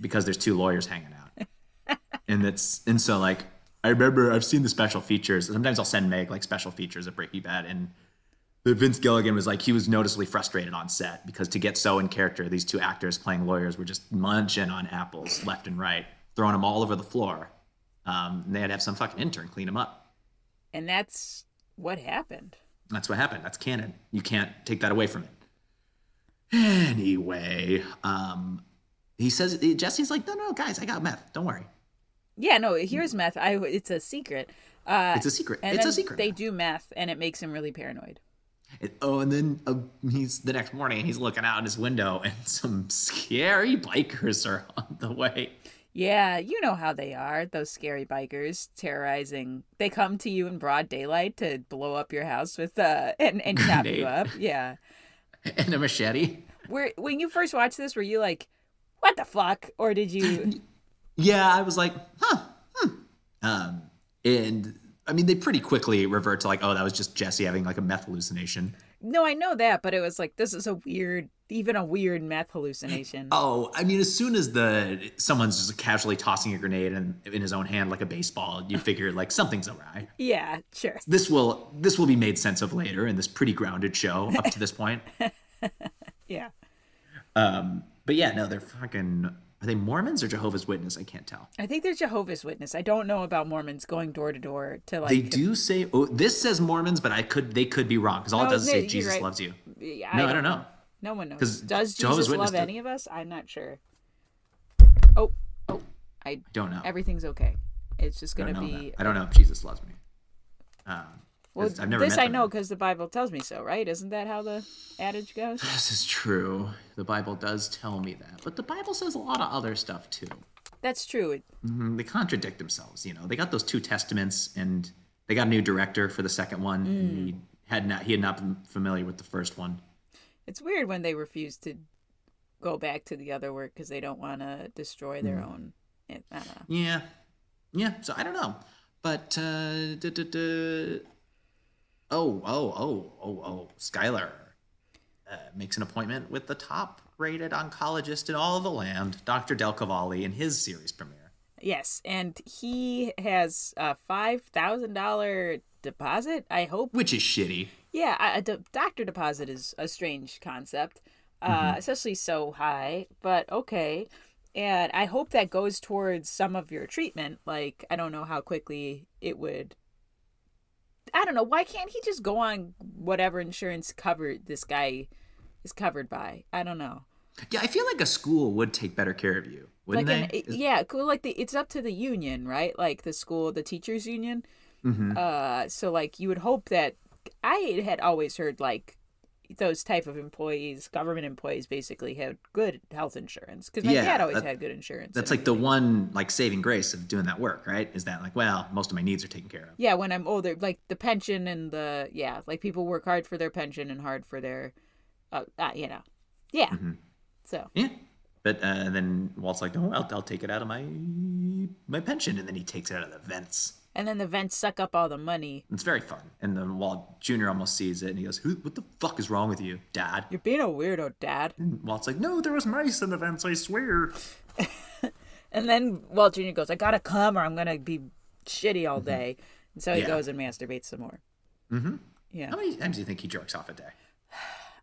C: because there's two lawyers hanging out, and that's and so like I remember I've seen the special features. and Sometimes I'll send Meg like special features of Breaking Bad, and the Vince Gilligan was like he was noticeably frustrated on set because to get so in character, these two actors playing lawyers were just munching on apples left and right, throwing them all over the floor. Um, and they had to have some fucking intern clean them up.
B: And that's what happened.
C: That's what happened. That's canon. You can't take that away from it. Anyway, um, he says Jesse's like, no, no, guys, I got meth. Don't worry,
B: Yeah, no, here's meth. I it's a secret. Uh,
C: Mm. it's a secret.
B: and
C: It's a
B: then
C: secret.
B: They do meth, and it makes him really paranoid.
C: And- oh, and then uh, he's the next morning. He's looking out his window, and some scary bikers are on the way.
B: Yeah, you know how they are, those scary bikers terrorizing. They come to you in broad daylight to blow up your house with uh and and chop you
C: Grenade.
B: up. Yeah.
C: And a machete.
B: Where when you first watched this, were you like, "What the fuck?" or did you
C: Yeah, I was like, huh, hmm. Um, and I mean, they pretty quickly revert to like, oh, that was just Jesse having like a meth hallucination.
B: No, I know that, but it was like this is a weird, even a weird meth hallucination.
C: Oh, I mean, as soon as the someone's just casually tossing a grenade in, in his own hand like a baseball, you figure like something's awry.
B: Yeah, sure.
C: This will this will be made sense of later in this pretty grounded show up to this point.
B: Yeah.
C: Um, but yeah, no, they're fucking are they Mormons or Jehovah's Witness? I can't tell.
B: I think they're Jehovah's Witness. I don't know about Mormons going door to door to like
C: They do say oh, this says Mormons, but I could they could be wrong because all
B: No,
C: it does is
B: no,
C: say
B: Oh, you're
C: Jesus
B: right.
C: loves you.
B: Yeah,
C: No, I don't know.
B: No one knows.
C: 'Cause
B: Does
C: Jehovah's
B: Jesus
C: Witness
B: love
C: does-
B: any of us? I'm not sure. Oh, oh, I
C: Don't know.
B: everything's okay. It's just
C: I
B: gonna
C: don't know.
B: be.
C: that. I don't know if Jesus loves me. Um,
B: Well,
C: I've never
B: this
C: met
B: I
C: the
B: know
C: man.
B: because the Bible tells me so, right? Isn't that how the adage goes?
C: This is true. The Bible does tell me that, but the Bible says a lot of other stuff too.
B: That's true. It-
C: Mhm, They contradict themselves. You know, they got those two testaments, and they got a new director for the second one. and He
B: Mm.
C: had not he had not been familiar with the first one.
B: It's weird when they refuse to go back to the other work because they don't want to destroy
C: Mm.
B: their own. eh, I don't know.
C: Yeah, yeah. So I don't know, but uh, duh, duh, duh. oh, oh, oh, oh, oh, Skylar uh, makes an appointment with the top-rated oncologist in all the land, Dr. Del Cavalli, in his series premiere.
B: Yes, and he has a five thousand dollar deposit. I hope.
C: Which is shitty.
B: Yeah, a a de- doctor deposit is a strange concept, uh, especially so high. But okay, and I hope that goes towards some of your treatment. Like I don't know how quickly it would. I don't know. Why can't he just go on whatever insurance covered this guy is covered by? I don't know.
C: Yeah, I feel like a school would take better care of you, wouldn't
B: like
C: they?
B: An, e, yeah, cool. Like the it's up to the union, right? Like the school, the teachers union.
C: Mm-hmm.
B: Uh, so like you would hope that I had always heard like those type of employees, government employees, basically had good health insurance because my
C: Yeah,
B: dad always
C: that-
B: had good insurance.
C: That's
B: and-
C: like the one like saving grace of doing that work, right? Is that like, well, most of my needs are taken care of.
B: yeah, when I'm older, like the pension and the yeah, like people work hard for their pension and hard for their, uh, uh you know, yeah.
C: Mm-hmm.
B: So
C: Yeah. But uh, and then Walt's like, oh, I'll, I'll take it out of my my pension, and then he takes it out of the vents.
B: and then the vents suck up all the money.
C: It's very fun. And then Walt Junior almost sees it, and he goes, "Who? What the fuck is wrong with you, Dad?"
B: You're being a weirdo, Dad.
C: And Walt's like, "No, there was mice in the vents. I swear."
B: And then Walt Jr. goes, I gotta come or I'm gonna be shitty all day. And so he
C: Mm-hmm. Yeah. Oh.
B: goes and masturbates some more. Mm-hmm. Yeah.
C: How many times do you think he jerks off a day?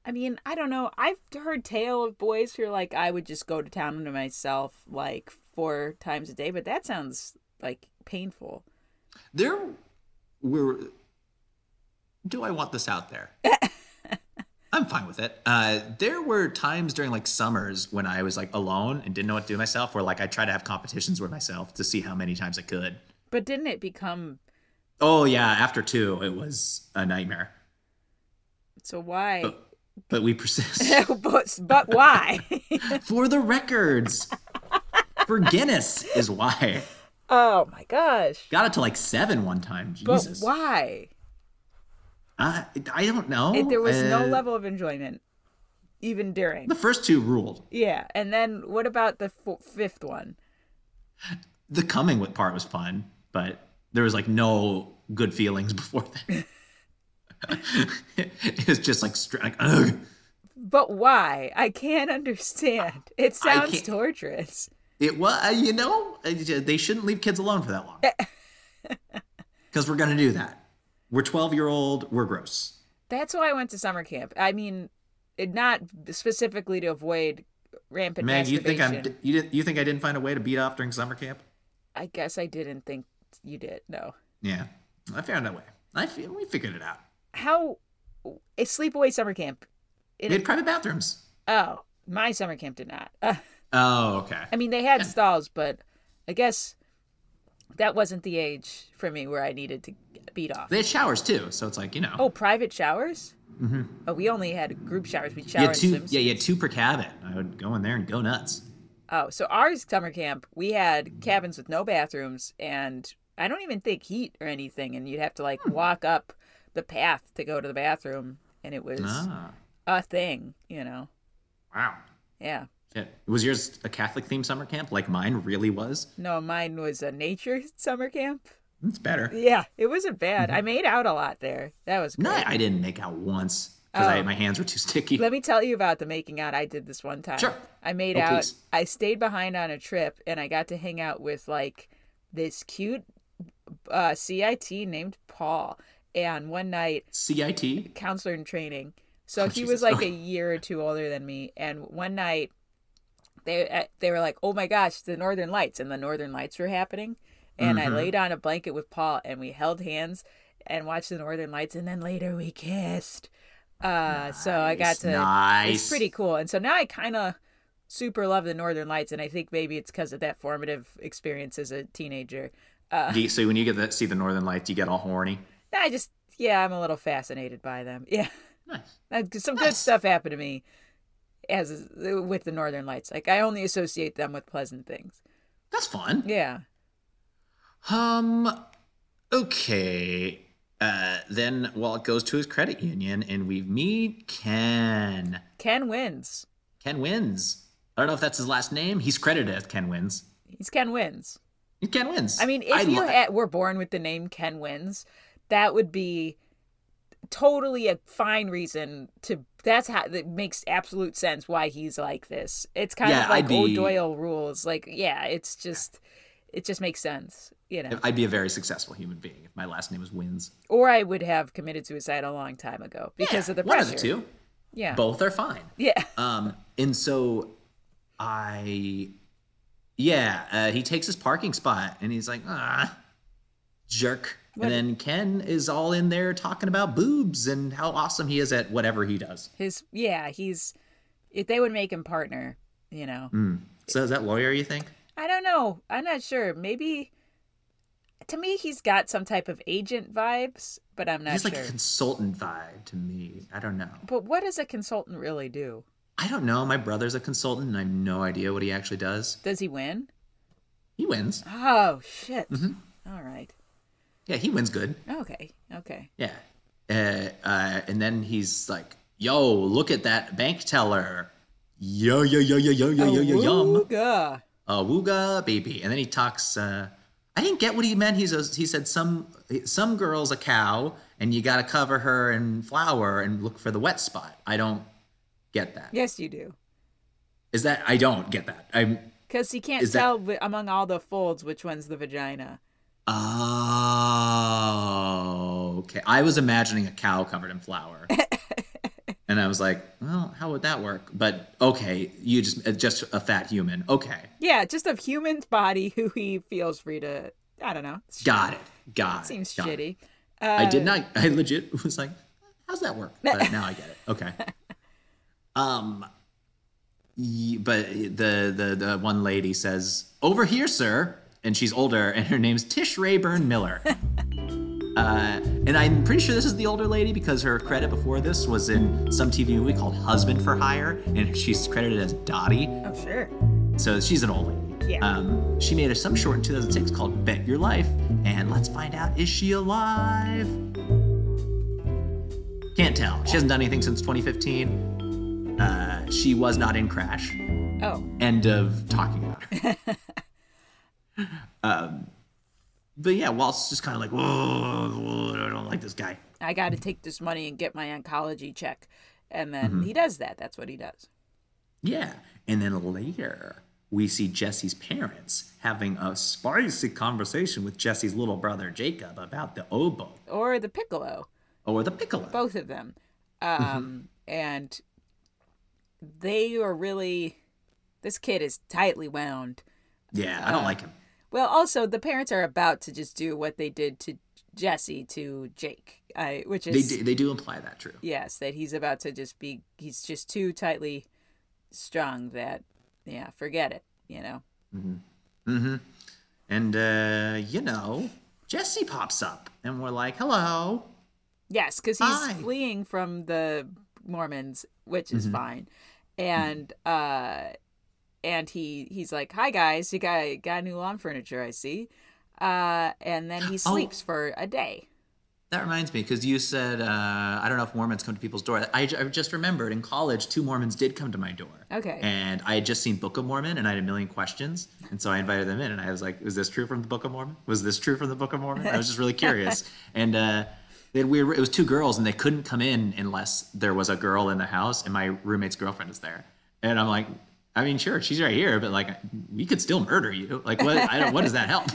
B: I mean, I don't know. I've heard tale of boys who are like, I would just go to town to myself like four times a day, but that sounds like painful.
C: There were. Do I want this out there? I'm fine with it. Uh, there were times during like summers when I was like alone and didn't know what to do myself, where like I tried to have competitions with myself to see how many times I could.
B: But didn't it become
C: Oh yeah, after two, it was a nightmare.
B: so why?
C: But we persist.
B: but, but why?
C: For the records. For Guinness is why.
B: oh my gosh.
C: Got it to like seven one time.
B: But
C: Jesus.
B: why?
C: I, I don't know.
B: It- there was
C: Uh,
B: no level of enjoyment even during.
C: The first two ruled.
B: Yeah, and then what about the f- fifth one?
C: The coming with part was fun, but there was like no good feelings before that. it was just like, str- like ugh.
B: But why? I can't understand. It sounds
C: can't-
B: torturous.
C: It was, you know, uh, they shouldn't leave kids alone for that long. Because we're going to do that. We're 12 year old, we're gross.
B: That's why I went to summer camp. I mean, it not specifically to avoid rampant
C: Meg, you
B: masturbation.
C: think I'm you didn't you think I didn't find a way to beat off during summer camp?
B: I guess I didn't think you did. No.
C: Yeah, I found a way. I fi- we figured it out.
B: How a sleepaway summer camp?
C: We had private bathrooms.
B: Oh, my summer camp did not. Uh,
C: Oh, okay.
B: I mean, they had stalls, but I guess that wasn't the age for me where I needed to beat off.
C: They had showers too, so it's like you know.
B: Oh, private showers? Mm-hmm. Oh, we only had group showers. We
C: you
B: showered
C: had two.
B: swimsuits.
C: Yeah, you had two per cabin. I would go in there and go nuts.
B: Oh, so our summer camp, we had cabins with no bathrooms and I don't even think heat or anything. And you'd have to like walk up the path to go to the bathroom. And it was
C: Ah,
B: a thing, you know?
C: wow.
B: Yeah.
C: Shit. Was yours a Catholic themed summer camp like mine really was?
B: No, mine was a nature summer camp.
C: It's better.
B: Yeah, it wasn't bad. I made out a lot there. That was
C: No,
B: great.
C: I didn't make out once because
B: Oh.
C: I my hands were too sticky.
B: Let me tell you about the making out I did this one time.
C: Sure.
B: I made
C: Oh,
B: out.
C: please.
B: I stayed behind on a trip and I got to hang out with like this cute uh, CIT named Paul. And one night,
C: CIT.
B: counselor in training. So he
C: Oh, Jesus.
B: was like
C: Okay.
B: a year or two older than me. And one night, they uh, they were like, "Oh my gosh, the Northern Lights!" And the Northern Lights were happening. And
C: Mm-hmm.
B: I laid on a blanket with Paul, and we held hands and watched the Northern Lights. And then later we kissed. Uh, so I got
C: Nice,
B: to it's
C: nice.
B: pretty cool. And so now I kind of super love the Northern Lights, and I think maybe it's because of that formative experience as a teenager. Uh,
C: Do you- so when you get to see the Northern Lights, you get all horny.
B: I just yeah, I'm a little fascinated by them. Yeah.
C: Nice.
B: That- some good stuff happened to me as with the northern lights like i only associate them with pleasant things
C: That's fun.
B: yeah
C: Um. Okay. Uh, then Walt goes to his credit union, and we meet Ken.
B: ken wins
C: Ken Wins. I don't know if that's his last name. He's credited as Ken Wins.
B: he's ken wins
C: Ken Wins.
B: i mean if
C: I'd
B: you
C: li-
B: had, were born with the name ken wins that would be totally a fine reason to that's how that makes absolute sense why he's like this it's kind
C: Yeah,
B: of like
C: I'd be-
B: old doyle rules like yeah it's just it just makes sense you know
C: I'd be a very successful human being if my last name was Wins.
B: or i would have committed suicide a long time ago because of the
C: One
B: pressure
C: of the two.
B: yeah
C: Both are fine.
B: yeah
C: Um, and so I, yeah, uh, he takes his parking spot and he's like, ah, jerk.
B: What-
C: And then Ken is all in there talking about boobs and how awesome he is at whatever he does.
B: His yeah, he's if they would make him partner, you know.
C: So is that lawyer, you think?
B: I don't know. I'm not sure. Maybe to me he's got some type of agent vibes, but I'm not
C: He's
B: sure.
C: like a consultant vibe to me. I don't know.
B: But what does a consultant really do?
C: I don't know. My brother's a consultant and I have no idea what he actually does.
B: Does he win?
C: He wins.
B: Oh shit.
C: Mm-hmm.
B: All right.
C: Yeah, he wins good.
B: Okay. Okay.
C: Yeah. Uh, uh, and then he's like, yo, look at that bank teller. Yo, yo, yo, yo, yo, yo, yo, yo,
B: Oh.
C: yum.
B: Awooga.
C: Uh, wooga, baby. And then he talks, uh, I didn't get what he meant. He's, he said some some girl's a cow and you got to cover her in flour and look for the wet spot. I don't get that. Is
B: Yes, you do.
C: that, I don't get that. I'm,
B: Because he can't
C: Is that-
B: tell wi- among all the folds which one's the vagina.
C: Oh, okay. I was imagining a cow covered in flour. and I was like, well, how would that work? But okay, you just uh, just a fat human. Okay.
B: Yeah, just a human's body who he feels free to. I don't know.
C: Got it. Got it.
B: Seems
C: Got it.
B: shitty.
C: I did not I legit was like, How's that work? But now I get it. Okay. Um, y- but the the the one lady says, "Over here, sir," and she's older, and her name's Tish Rayburn Miller. Uh, and I'm pretty sure this is the older lady because her credit before this was in some TV movie called Husband for Hire, and she's credited as Dottie.
B: Oh, sure.
C: So she's an old lady.
B: Yeah.
C: Um, she made a, some short in 2006 called Bet Your Life, and let's find out is she alive? Can't tell. She hasn't done anything since 2015. Uh, she was not in Crash.
B: Oh,
C: End of talking about her. um, but yeah, Walt's just kind of like, whoa, whoa, I don't like this guy.
B: I got to take this money and get my oncology check. And then he does that. That's what he does.
C: Yeah. And then later, we see Jesse's parents having a spicy conversation with Jesse's little brother Jacob about the oboe
B: Or the piccolo,
C: or the piccolo.
B: both of them. Um, and they are really, this kid is tightly wound.
C: Yeah, I don't like him.
B: Well, also, the parents are about to just do what they did to Jesse to Jake, I, which is.
C: They do, they do imply that, true.
B: Yes, that he's about to just be he's just too tightly strung that yeah, forget it, you know.
C: And, uh, you know, Jesse pops up and we're like, hello.
B: Yes, cuz he's
C: Fine. Mm-hmm.
B: fleeing from the Mormons, which is fine. And uh and he he's like, "Hi guys, you got got new lawn furniture, I see." Uh and then
C: Oh.
B: he sleeps for a day.
C: That reminds me, because you said, uh, I don't know if Mormons come to people's door. I, I just remembered in college, two Mormons did come to my door.
B: Okay.
C: And I had just seen Book of Mormon and I had a million questions. And so I invited them in and I was like, is this true from the Book of Mormon? Was this true from the Book of Mormon? I was just really curious. and uh, they had weird, it was two girls and they couldn't come in unless there was a girl in the house and my roommate's girlfriend is there. And I'm like, I mean, sure, she's right here, but like, we could still murder you. Like, what, I don't, what does that help?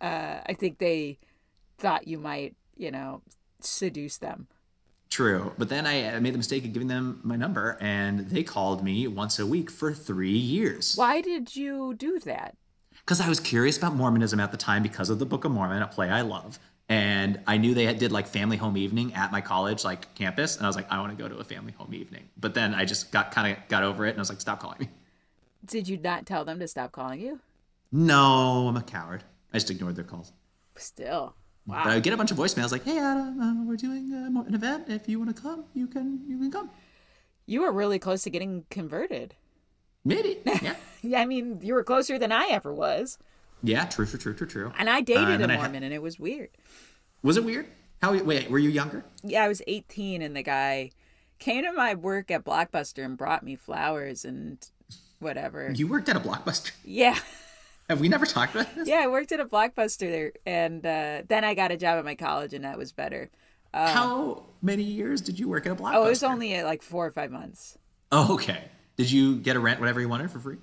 B: Uh, I think they thought you might, you know, seduce them.
C: True. But then I uh, made the mistake of giving them my number and they called me once a week for three years.
B: Why did you do that?
C: Because I was curious about Mormonism at the time because of the Book of Mormon, a play I love. And I knew they had, did like family home evening at my college, like campus. And I was like, I want to go to a family home evening. But then I just got kind of got over it and I was like, stop calling me.
B: Did you not tell them to stop calling you?
C: No, I'm a coward. I just ignored their calls.
B: Still.
C: But I would get a bunch of voicemails like, hey, Adam, uh, we're doing uh, mo- an event. If you want to come, you can you can come.
B: You were really close to getting converted.
C: Maybe. Yeah.
B: Yeah, I mean, you were closer than I ever was.
C: yeah. True, true, true, true, true.
B: And I dated
C: Uh, and
B: a
C: then I had-
B: Mormon, and it was weird.
C: Was it weird? How wait, were you younger?
B: Yeah, I was 18, and the guy came to my work at Blockbuster and brought me flowers and whatever.
C: You worked at a blockbuster.
B: yeah.
C: Have we never talked about this?
B: Yeah, I worked at a Blockbuster there, and uh, then I got a job at my college, and that was better.
C: How many years did you work at a blockbuster?
B: Oh, it was only uh, like four or five months.
C: Oh, okay. Did you get a rent whatever you wanted for free?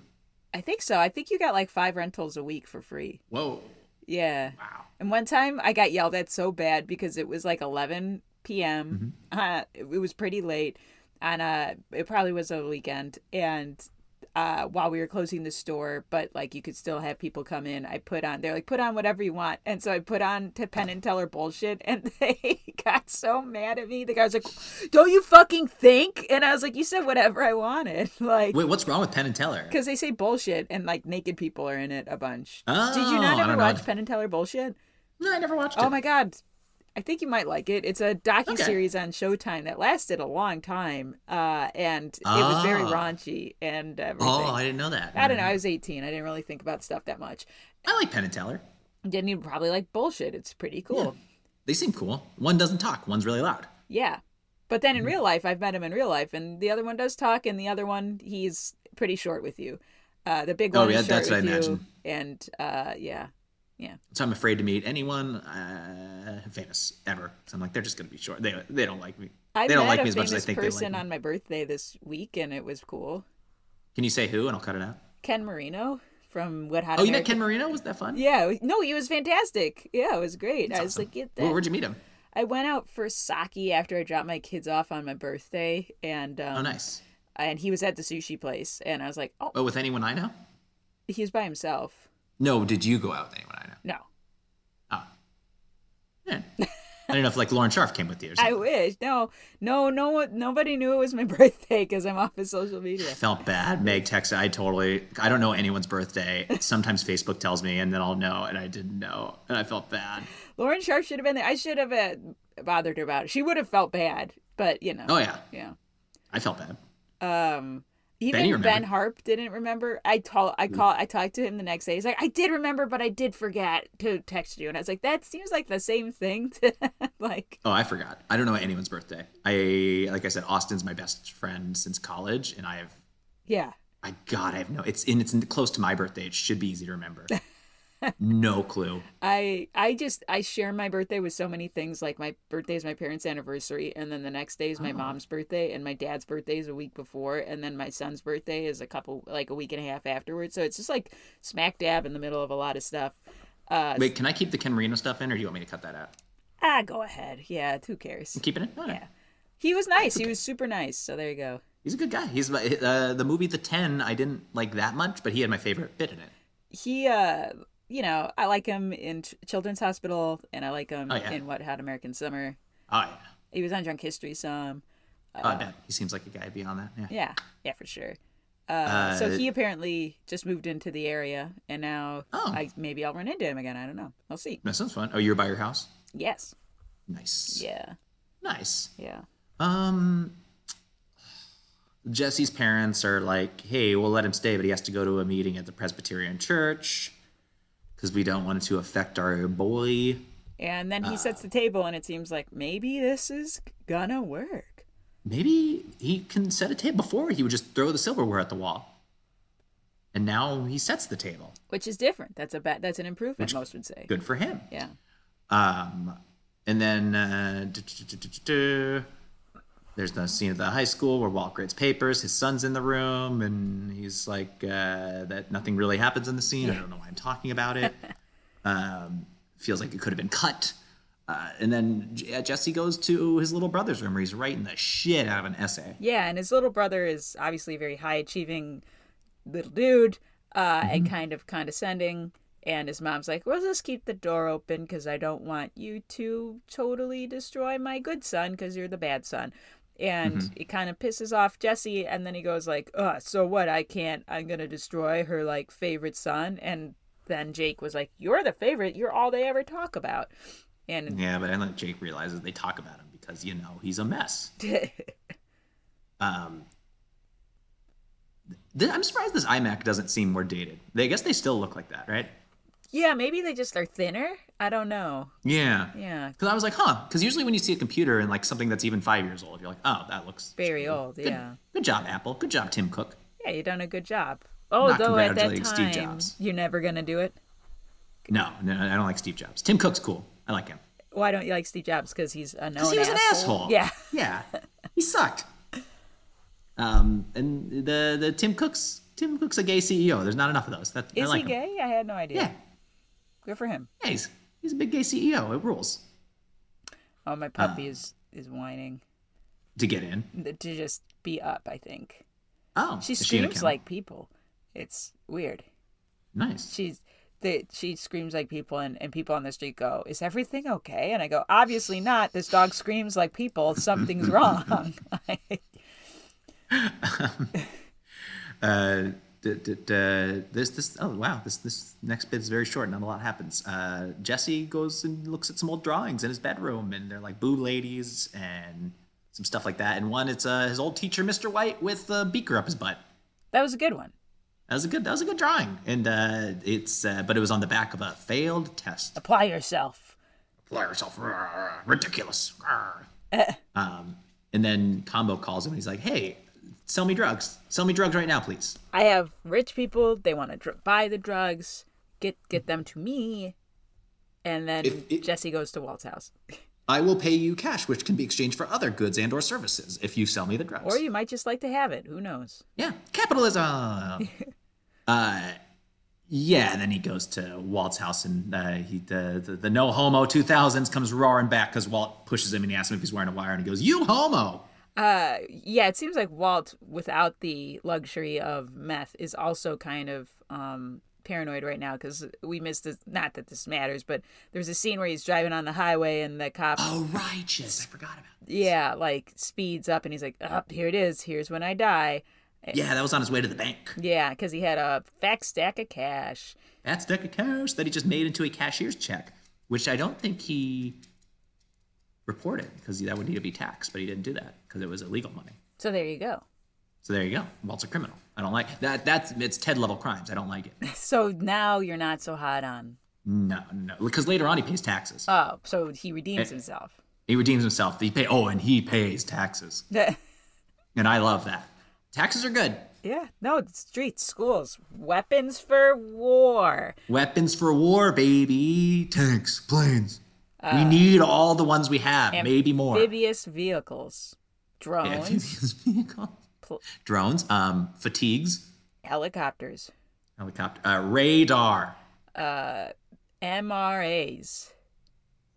B: I think so. I think you got like five rentals a week for free.
C: Whoa.
B: Yeah.
C: Wow.
B: And one time I got yelled at so bad because it was like 11 p.m.
C: Mm-hmm.
B: Uh, it it was pretty late, and uh, it probably was a weekend. And uh, while we were closing the store, but like you could still have people come in, I put on. They're like, put on whatever you want, and so I put on to Penn and Teller bullshit, and they got so mad at me. The guy was like, "Don't you fucking think?" And I was like, "You said whatever I wanted." Like.
C: Wait, what's wrong with Penn and Teller?
B: because they say bullshit and like naked people are in it a bunch.
C: Oh,
B: Did you not
C: I
B: ever
C: don't know.
B: watch Penn and Teller bullshit?
C: No, I never watched it.
B: Oh my god. I think you might like it. It's a docu series on Showtime that lasted a long time, uh, and it was very
C: Ah.
B: raunchy and everything.
C: Oh, I didn't know that.
B: I don't know. I was 18. I didn't really think about stuff that much.
C: I like Penn and Teller.
B: Didn't even probably like bullshit. It's pretty cool.
C: They seem cool. One doesn't talk. One's really loud.
B: Yeah. But
C: Mm.
B: then in real life, I've met him in real life, and the other one does talk, and the other one he's pretty short with you. Uh, the big
C: Oh,
B: one
C: yeah,
B: is short
C: that's what I
B: with you,
C: imagine.
B: and uh, yeah,
C: So I'm afraid to meet anyone uh, famous ever. So I'm like, they're just gonna be short. They they don't like me.
B: I
C: they don't
B: met
C: like
B: a
C: me as much as I
B: famous
C: think they
B: person
C: like me.
B: on my birthday this week, and it was cool.
C: Can you say who and I'll cut it out?
B: Ken Marino from What Hot
C: Oh, you met
B: American.
C: Ken Marino? Was that fun?
B: Yeah, no, he was fantastic. Yeah, it was great. I was like, get that.
C: Where, would you meet him?
B: I went out for sake after I dropped my kids off on my birthday, and um,
C: Oh, nice.
B: and he was at the sushi place, and I was like, oh,
C: Oh, with anyone I know?
B: he was by himself.
C: No, did you go out with anyone I know?
B: No,
C: Oh. Yeah. I don't know if like Lauren Sharf came with you or
B: I
C: something.
B: wish. No, no, no one, nobody knew it was my birthday because I'm off of social media.
C: felt bad. Meg texted. I totally. I don't know anyone's birthday. Sometimes Facebook tells me, and then I'll know, and I didn't know, and I felt bad.
B: Lauren Sharp should have been there. I should have uh, bothered her about it. She would have felt bad, but you know.
C: Oh yeah,
B: Yeah.
C: I felt bad.
B: Um, even
C: Benny
B: Ben,
C: remembered. Mm.
B: Harp didn't remember. I told I call I talked to him the next day. He's like, I did remember, but I did forget to text you. And I was like, that seems like the same thing. To, like,
C: Oh, I forgot. I don't know anyone's birthday. I like I said, Austin's my best friend since college, and I have.
B: yeah,
C: I God, I have no. It's and it's close to my birthday. It should be easy to remember. no clue.
B: I I just I share my birthday with so many things. Like my birthday is my parents' anniversary, and then the next day is
C: Oh.
B: my mom's birthday, and my dad's birthday is a week before, and then my son's birthday is a couple like a week and a half afterwards. So it's just like smack dab in the middle of a lot of stuff. Uh,
C: Wait, can I keep the Ken Marino stuff in, or do you want me to cut that out?
B: ah, go ahead. Yeah, who cares?
C: I'm keeping it. Okay.
B: Yeah. He was nice. He was super nice. So there you go.
C: He's a good guy. He's my- uh, the movie The Ten. I didn't like that much, but he had my favorite bit in it.
B: He, uh, you know, I like him in Ch- Children's Hospital, and I like him
C: Oh, yeah.
B: in What Hot American Summer.
C: Oh yeah.
B: He was on Drunk History some.
C: Oh, I bet. He seems like a guy beyond that. Yeah.
B: Yeah, yeah, for sure. Uh, so he apparently just moved into the area, and now
C: Oh.
B: I maybe I'll run into him again. I don't know. I'll see.
C: That sounds fun. Oh, you're by your house?
B: Yes.
C: Nice.
B: Yeah.
C: Nice.
B: Yeah.
C: Um Jesse's parents are like, hey, we'll let him stay, but he has to go to a meeting at the Presbyterian Church because we don't want it to affect our boy.
B: And then he
C: Uh.
B: sets the table, and it seems like maybe this is gonna work.
C: Maybe he can set a table. Before, he would just throw the silverware at the wall. And now he sets the table.
B: Which is different. That's a ba- that's an improvement. most would say.
C: Good for him.
B: Yeah.
C: Um, and then uh, duh, duh, duh, duh, duh, duh. there's the scene at the high school where Walt grades papers. His son's in the room, and he's like, uh, "That nothing really happens in the scene." I don't know why I'm talking about it. um, feels like it could have been cut. Uh, and then J- uh, Jesse goes to his little brother's room where he's writing the shit out of an essay.
B: Yeah, and his little brother is obviously a very high achieving little dude uh, and kind of condescending. And his mom's like, "Well, just keep the door open because I don't want you to totally destroy my good son because you're the bad son." And it kind of pisses off Jesse, and then he goes like, "Uh, so what? I can't. I'm gonna destroy her like favorite son." And then Jake was like, "You're the favorite. You're all they ever talk about." And
C: Yeah, but I think Jake realizes they talk about him because you know he's a mess. Um, th- I'm surprised this iMac doesn't seem more dated. They, I guess they still look like that, right?
B: yeah, maybe they just are thinner. I don't know.
C: Yeah.
B: Yeah,
C: Because I was like, huh? Because usually when you see a computer and like something that's even five years old, you're like, oh, that looks
B: very old.
C: Good,
B: Yeah.
C: good job, Apple. Good job, Tim Cook.
B: Yeah, you done a good job. Although at that
C: congratulating
B: time,
C: Steve Jobs.
B: you're never gonna do it.
C: No, no, I don't like Steve Jobs. Tim Cook's cool. I like him.
B: Why don't you like Steve Jobs? Because he's a known
C: Because he was
B: Oh, asshole.
C: an asshole.
B: Yeah,
C: Yeah. he sucked. Um, and the the Tim Cook's Tim Cook's a gay CEO. There's not enough of those. That I
B: is
C: like
B: he
C: him.
B: gay? I had no idea.
C: Yeah.
B: Good for him.
C: Yeah, he's he's a big gay CEO. It rules
B: Oh, my puppy
C: Uh.
B: is is whining
C: to get in.
B: to just be up. I think
C: Oh,
B: she
C: is an
B: screams
C: accountant?
B: like people. It's weird.
C: nice.
B: She's the she screams like people, and and people on the street go, "Is everything okay?" And I go, "Obviously not. This dog screams like people. Something's wrong."
C: Uh, d- d- d- this this oh wow this this next bit is very short. Not a lot happens. Uh, Jesse goes and looks at some old drawings in his bedroom, and they're like boo ladies and some stuff like that. And one, it's uh, his old teacher, Mr. White, with a beaker up his butt.
B: that was a good one.
C: That was a good that was a good drawing, and uh, it's uh, but it was on the back of a failed test.
B: Apply yourself.
C: Fly yourself, Rawr. ridiculous. Rawr.
B: Uh.
C: um, and then Combo calls him. and He's like, "Hey, sell me drugs. Sell me drugs right now, please."
B: I have rich people. They want to dr- buy the drugs, get get them to me, and then
C: If it-
B: Jesse goes to Walt's house.
C: I will pay you cash, which can be exchanged for other goods and or services if you sell me the drugs.
B: Or you might just like to have it. Who knows?
C: yeah, capitalism. uh, yeah. And then he goes to Walt's house, and uh, he the, the the no homo two thousands comes roaring back because Walt pushes him and he asks him if he's wearing a wire, and he goes, "You homo."
B: Uh, yeah, it seems like Walt, without the luxury of meth, is also kind of um paranoid right now because we missed this. Not that this matters, but there's a scene where he's driving on the highway and the cop,
C: Oh, righteous. I forgot about that.
B: yeah, like speeds up and he's like, up here it is. Here's when I die.
C: Yeah, that was on his way to the bank.
B: Yeah, because he had a fat stack of cash.
C: That's deck of cash that he just made into a cashier's check, which I don't think he reported because that would need to be taxed, but he didn't do that because it was illegal money.
B: So there you go.
C: So there you go. Walt's a criminal. I don't like that. That's it's Ted level crimes. I don't like it.
B: So now you're not so hot on.
C: No, no, because later on he pays taxes.
B: Oh, so he redeems
C: Eh.
B: himself.
C: He redeems himself. He pay. Oh, and he pays taxes,
B: yeah,
C: and I love that. Taxes are good.
B: no, it's streets, schools, weapons for war.
C: Weapons for war, baby. Tanks, planes. we need all the ones we have, maybe more.
B: Amphibious vehicles, drones,
C: Amphibious vehicle. Drones, um, fatigues,
B: helicopters,
C: helicopter, uh, radar,
B: MRAs.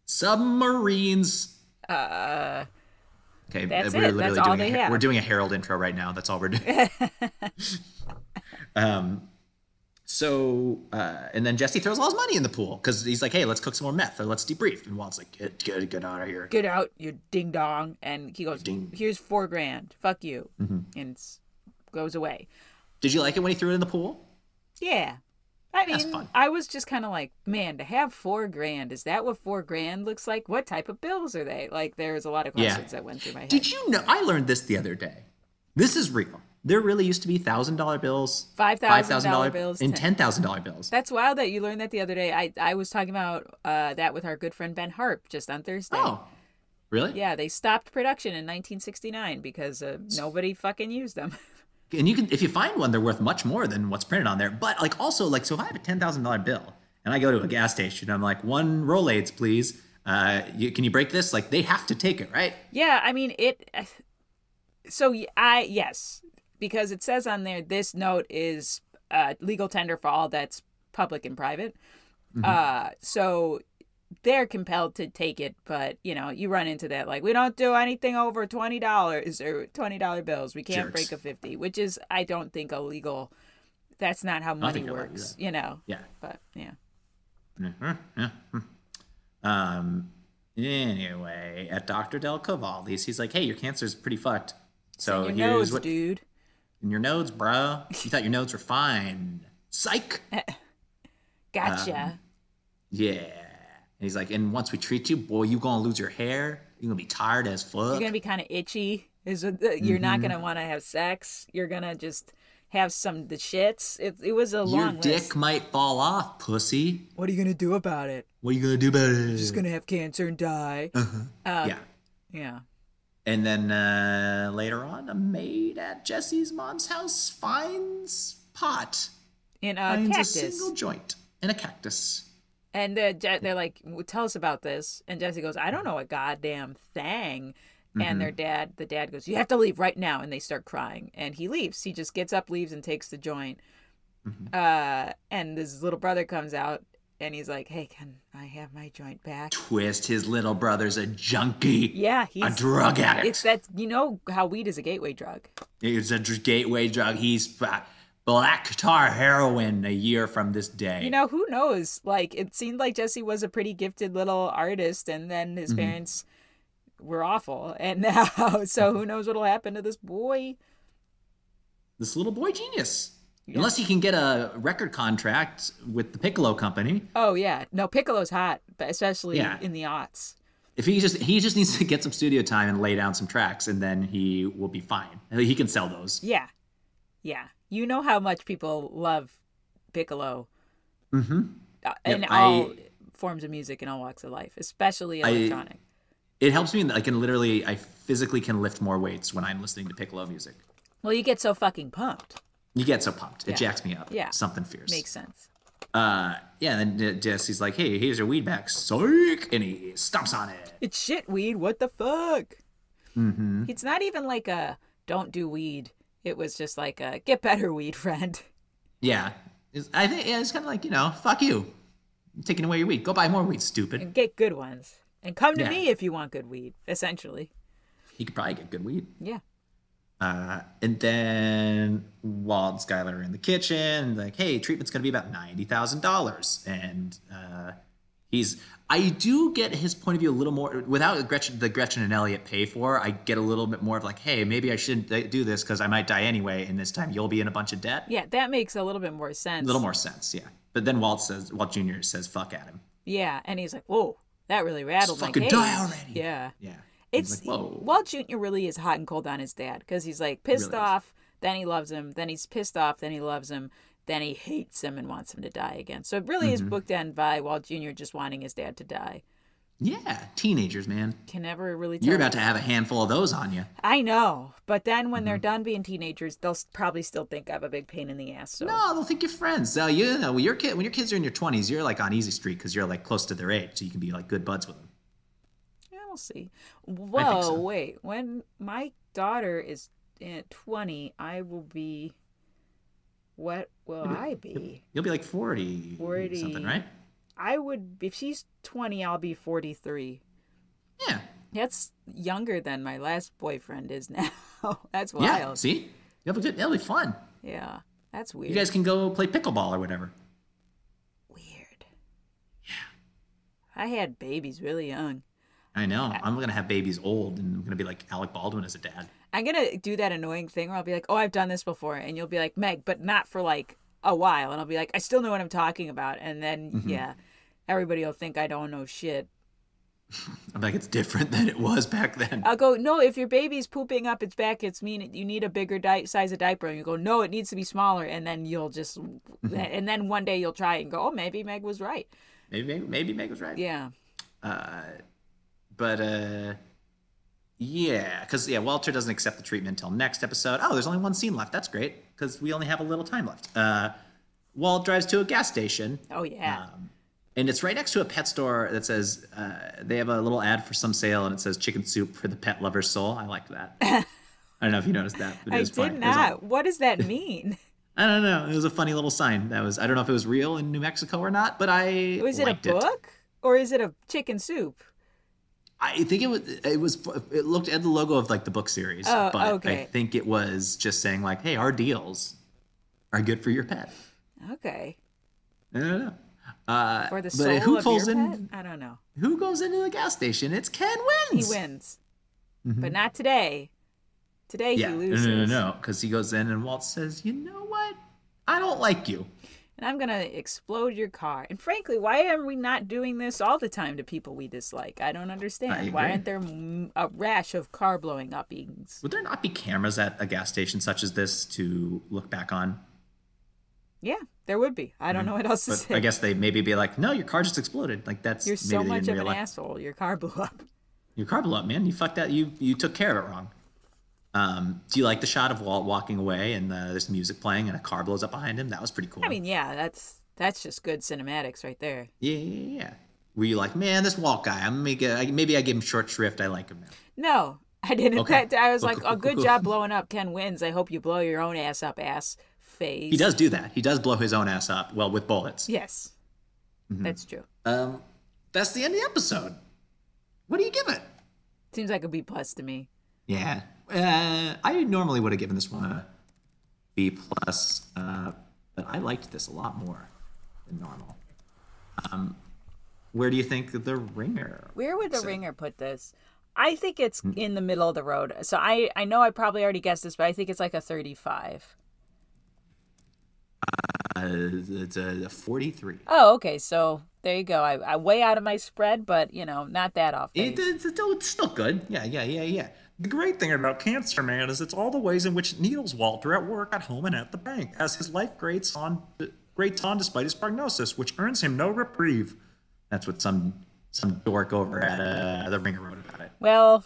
C: submarines. Uh, okay,
B: that's
C: we're
B: it.
C: literally
B: That's
C: doing
B: all
C: a,
B: they
C: Har-
B: have.
C: We're doing a Herald intro right now. That's all we're doing. um, so uh, and then Jesse throws all his money in the pool because he's like, "Hey, let's cook some more meth or let's debrief." And Walt's like, "Get, get, get out of here."
B: Get out, you ding dong. And he goes,
C: Ding. Mm-hmm.
B: here's four grand. Fuck you. And it's, goes away.
C: Did you like it when he threw it in the pool?
B: Yeah. I mean,
C: fun.
B: I was just kind of like, man, to have four grand, is that what four grand looks like? What type of bills are they? Like, there was a lot of
C: Yeah.
B: questions that went through my head.
C: Did you know? I learned this the other day. This is real. There really used to be thousand dollar bills,
B: $5,000
C: $5,000
B: bills,
C: and
B: ten-
C: ten thousand dollar bills.
B: That's wild that you learned that the other day. I, I was talking about uh, that with our good friend Ben Harp just on Thursday.
C: Oh, really?
B: Yeah, they stopped production in 1969 because uh, nobody fucking used them.
C: and you can if you find one they're worth much more than what's printed on there but like also like so if i have a $10000 bill and i go to a gas station i'm like one rolades please uh you, can you break this like they have to take it right
B: yeah, I mean, it. So y- I, yes, because it says on there, this note is uh, legal tender for all that's public and private.
C: Mm-hmm.
B: Uh, so they're compelled to take it, but you know, you run into that like we don't do anything over twenty dollars or twenty dollar bills. We can't
C: Jerks.
B: break a fifty, which is I don't think illegal. That's not how money
C: think you're allowed to do
B: works, you know.
C: yeah
B: But yeah,
C: um anyway at dr del cavalli's he's like hey your cancer's pretty fucked so
B: your
C: here's
B: nose,
C: what
B: dude.
C: in your nodes bro you thought your nodes were fine psych
B: Gotcha.
C: um, yeah and he's like and once we treat you boy you gonna lose your hair you're gonna be tired as fuck
B: You're gonna be kind of itchy. Is what the- you're
C: Mm-hmm.
B: not gonna want to have sex. You're gonna just have some the shits. It, it was a
C: your
B: long
C: dick
B: list.
C: might fall off pussy
B: What are you gonna do about it?
C: What are you gonna do about it?
B: Just gonna have cancer and die.
C: Uh.
B: Uh,
C: yeah.
B: yeah.
C: And then uh, later on, a maid at Jesse's mom's house finds pot,
B: In a
C: finds
B: uh, cactus.
C: a single joint and a cactus.
B: And uh, Je- they're like, "W- "Tell us about this." And Jesse goes, "I don't know a goddamn thing." And
C: Mm-hmm.
B: their dad, the dad goes, "You have to leave right now." And they start crying, and he leaves. He just gets up, leaves, and takes the joint.
C: Mm-hmm.
B: Uh, and his little brother comes out, and he's like, "Hey, can I have my joint back?"
C: Twist, his little brother's a junkie,
B: Yeah,
C: a
B: he's
C: drug addict.
B: It's that you know how weed is a gateway drug.
C: It's a dr- gateway drug. He's uh, black tar heroin a year from this day.
B: You know, who knows? Like it seemed like Jesse was a pretty gifted little artist and then
C: Mm-hmm.
B: his parents were awful and now so who knows what'll happen to this boy.
C: this little boy genius. Unless he can get a record contract with the Piccolo Company,
B: Oh yeah. No, Piccolo's hot, but especially
C: Yeah.
B: in the aughts.
C: If he just he just needs to get some studio time and lay down some tracks, and then he will be fine. He can sell those.
B: Yeah. Yeah. You know how much people love Piccolo. Mm-hmm. in
C: Yep, I-
B: all forms of music and all walks of life, especially electronic.
C: It helps me. that I can literally, I physically can lift more weights when I'm listening to piccolo music.
B: well, you get so fucking pumped.
C: You get so pumped, it jacks me up.
B: Yeah.
C: something fierce.
B: Makes sense.
C: uh, yeah. And then Jesse's like, "Hey, here's your weed back, psych," and he stomps on it.
B: It's shit weed. What the fuck? Mm-hmm. It's not even like a don't do weed. It was just like a get better weed friend.
C: Yeah, It's- I think yeah, it's kind of like you know, fuck you, I'm taking away your weed. Go buy more weed, stupid.
B: Get good ones. And come to
C: Yeah.
B: me if you want good weed, essentially.
C: He could probably get good weed.
B: Yeah.
C: Uh, and then Wald and Skylar are in the kitchen, like, hey, treatment's going to be about $90,000. And uh, he's, I do get his point of view a little more, without Gretchen, the Gretchen and Elliot pay for, I get a little bit more of like, hey, maybe I shouldn't do this because I might die anyway. And this time you'll be in a bunch of debt.
B: Yeah, that makes a little bit more sense.
C: A little more sense, yeah. But then Walt says, Walt Jr. says, fuck at him.
B: Yeah, and he's like, "Whoa, that really rattled my
C: fucking
B: cage."
C: die already.
B: Yeah,
C: Yeah. He's
B: it's
C: like, whoa.
B: Walt Junior really is hot and cold on his dad because he's like pissed
C: Really is.
B: off, then he loves him, then he's pissed off, then he loves him, then he hates him and wants him to die again. So it really
C: Mm-hmm.
B: is booked end by Walt Junior just wanting his dad to die.
C: Yeah, teenagers, man.
B: Can never really. Tell
C: You're about to have a handful of those on you.
B: I know, but then when
C: Mm-hmm.
B: they're done being teenagers, they'll s- probably still think I'm a big pain in the ass. So
C: No, they'll think you're friends. Uh, you know, when your kid, when your kids are in your 20s, you're like on easy street because you're like close to their age, so you can be like good buds with them.
B: Yeah, we'll see. Whoa,
C: so.
B: wait. When my daughter is at 20, I will be. What will I be?
C: You'll be like 40,
B: 40.
C: something, right?
B: I would. If she's 20, I'll be 43.
C: Yeah,
B: That's younger than my last boyfriend is now. That's
C: yeah.
B: wild.
C: See, that'll be, good. that'll be fun.
B: Yeah. That's weird.
C: You guys can go play pickleball or whatever.
B: Weird. Yeah. I had babies really young.
C: I know. I'm gonna have babies old, and I'm gonna be like Alec Baldwin as a dad.
B: I'm gonna do that annoying thing where I'll be like, "Oh, I've done this before," and you'll be like, "Meg, but not for like a while," and I'll be like, "I still know what I'm talking about," and then
C: Mm-hmm.
B: yeah, everybody will think I don't know shit.
C: I'm like, it's different than it was back then.
B: I'll go, "No, if your baby's pooping up its back, it's mean you need a bigger di- size of diaper," and you go, "No, it needs to be smaller," and then you'll just,
C: Mm-hmm.
B: and then one day you'll try it and go, "Oh, maybe Meg was right."
C: Maybe, maybe, maybe Meg was right.
B: Yeah,
C: but uh yeah because yeah walter doesn't accept the treatment until next episode oh there's only one scene left that's great because we only have a little time left uh walt drives to a gas station
B: oh yeah,
C: um, and it's right next to a pet store that says uh, they have a little ad for some sale and it says chicken soup for the pet lover's soul i liked that i don't know if you noticed that but it
B: I
C: was
B: did
C: funny. It was
B: not. What does that mean?
C: a- i don't know it was a funny little sign that was i don't know if it was real in new mexico or not but i
B: Was it a
C: liked it.
B: book or is it a chicken soup?
C: I think it was it was it looked at the logo of like the book series,
B: Oh,
C: but I
B: okay.
C: think it was just saying like, "Hey, our deals are good for your pet."
B: Okay,
C: I don't know. Uh,
B: or the soul
C: but who
B: of
C: pulls
B: your
C: in?
B: pet? I don't know.
C: Who goes into the gas station? It's Ken
B: he
C: wins.
B: wins, but not today. Today
C: Mm-hmm. Yeah,
B: he
C: no,
B: loses,
C: no, no, no, because he goes in and Walt says, "You know what? I don't like you."
B: and I'm gonna explode your car. And frankly, why are we not doing this all the time to people we dislike? I don't understand.
C: I
B: why
C: agree.
B: aren't there m- a rash of car blowing up? Ings?
C: Would there not be cameras at a gas station such as this to look back on?
B: Yeah, there would be. I don't know what else to
C: Mm-hmm. But
B: say.
C: I guess they maybe be like, "No, your car just exploded." Like that's
B: You're so
C: maybe they
B: much
C: didn't
B: of an
C: realize-
B: asshole. Your car blew up.
C: Your car blew up, man. You fucked that. You you took care of it wrong. Um, do you like the shot of Walt walking away and uh, there's music playing and a car blows up behind him? That was pretty cool.
B: I mean, yeah, that's that's just good cinematics right there.
C: yeah, yeah, yeah, yeah. Were you like, man, this Walt guy? I'm make a, I, maybe I give him short shrift. I like him now.
B: No, I didn't.
C: Okay.
B: That, I was
C: Cool,
B: like,
C: cool,
B: oh,
C: cool,
B: good
C: cool,
B: job blowing up. Ken wins. I hope you blow your own ass up, ass face.
C: He does do that. He does blow his own ass up. Well, with bullets.
B: Yes,
C: Mm-hmm.
B: that's true.
C: Um, that's the end of the episode. What do you give it?
B: Seems like a B plus to me.
C: Yeah, uh, I normally would have given this one a B plus, uh, but I liked this a lot more than normal. Um, where do you think the ringer?
B: Where would the ringer put this? I think it's
C: Hmm.
B: in the middle of the road. So I I know I probably already guessed this, but I think it's like a 35.
C: Uh, it's a, a forty-three.
B: Oh, okay. So there you go. I, I way out of my spread, but you know, not that off.
C: It,
B: base.
C: it's, still, it's still good. Yeah, yeah, yeah, yeah. The great thing about Cancer Man is it's all the ways in which it needles Walter at work, at home, and at the bank, as his life grates on, grates on despite his prognosis, which earns him no reprieve. That's what some some dork over at uh, the Ringer wrote about it.
B: Well,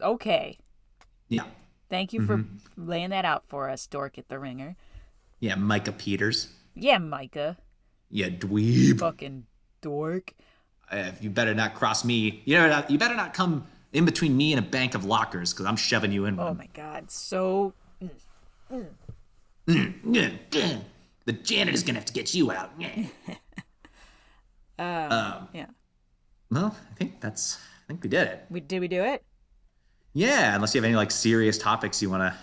B: okay.
C: Yeah,
B: Thank you for
C: Mm-hmm.
B: laying that out for us, Dork at the ringer.
C: yeah, Micah Peters.
B: Yeah, Micah,
C: Yeah, dweeb.
B: fucking dork.
C: Uh, you better not cross me. You better not, you better not come in between me and a bank of lockers, because I'm shoving you in.
B: Oh
C: one.
B: my God. So
C: Yeah, yeah. The janitor's gonna have to get you out. Yeah.
B: yeah,
C: Well, I think that's. I think we did it.
B: we did we do it?
C: Yeah, unless you have any like serious topics you want to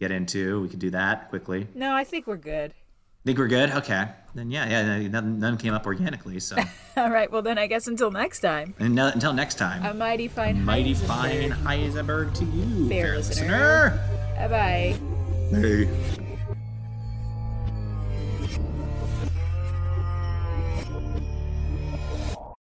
C: get into, we could do that quickly.
B: No, I think we're good.
C: Think we're good? Okay. Then yeah, yeah, none, none came up organically. So
B: All right. Well, then I guess until next time,
C: and no, until next time,
B: a mighty fine
C: mighty fine Heisenberg to you,
B: Fair
C: fair
B: listener.
C: listener.
B: Bye bye.
C: Hey.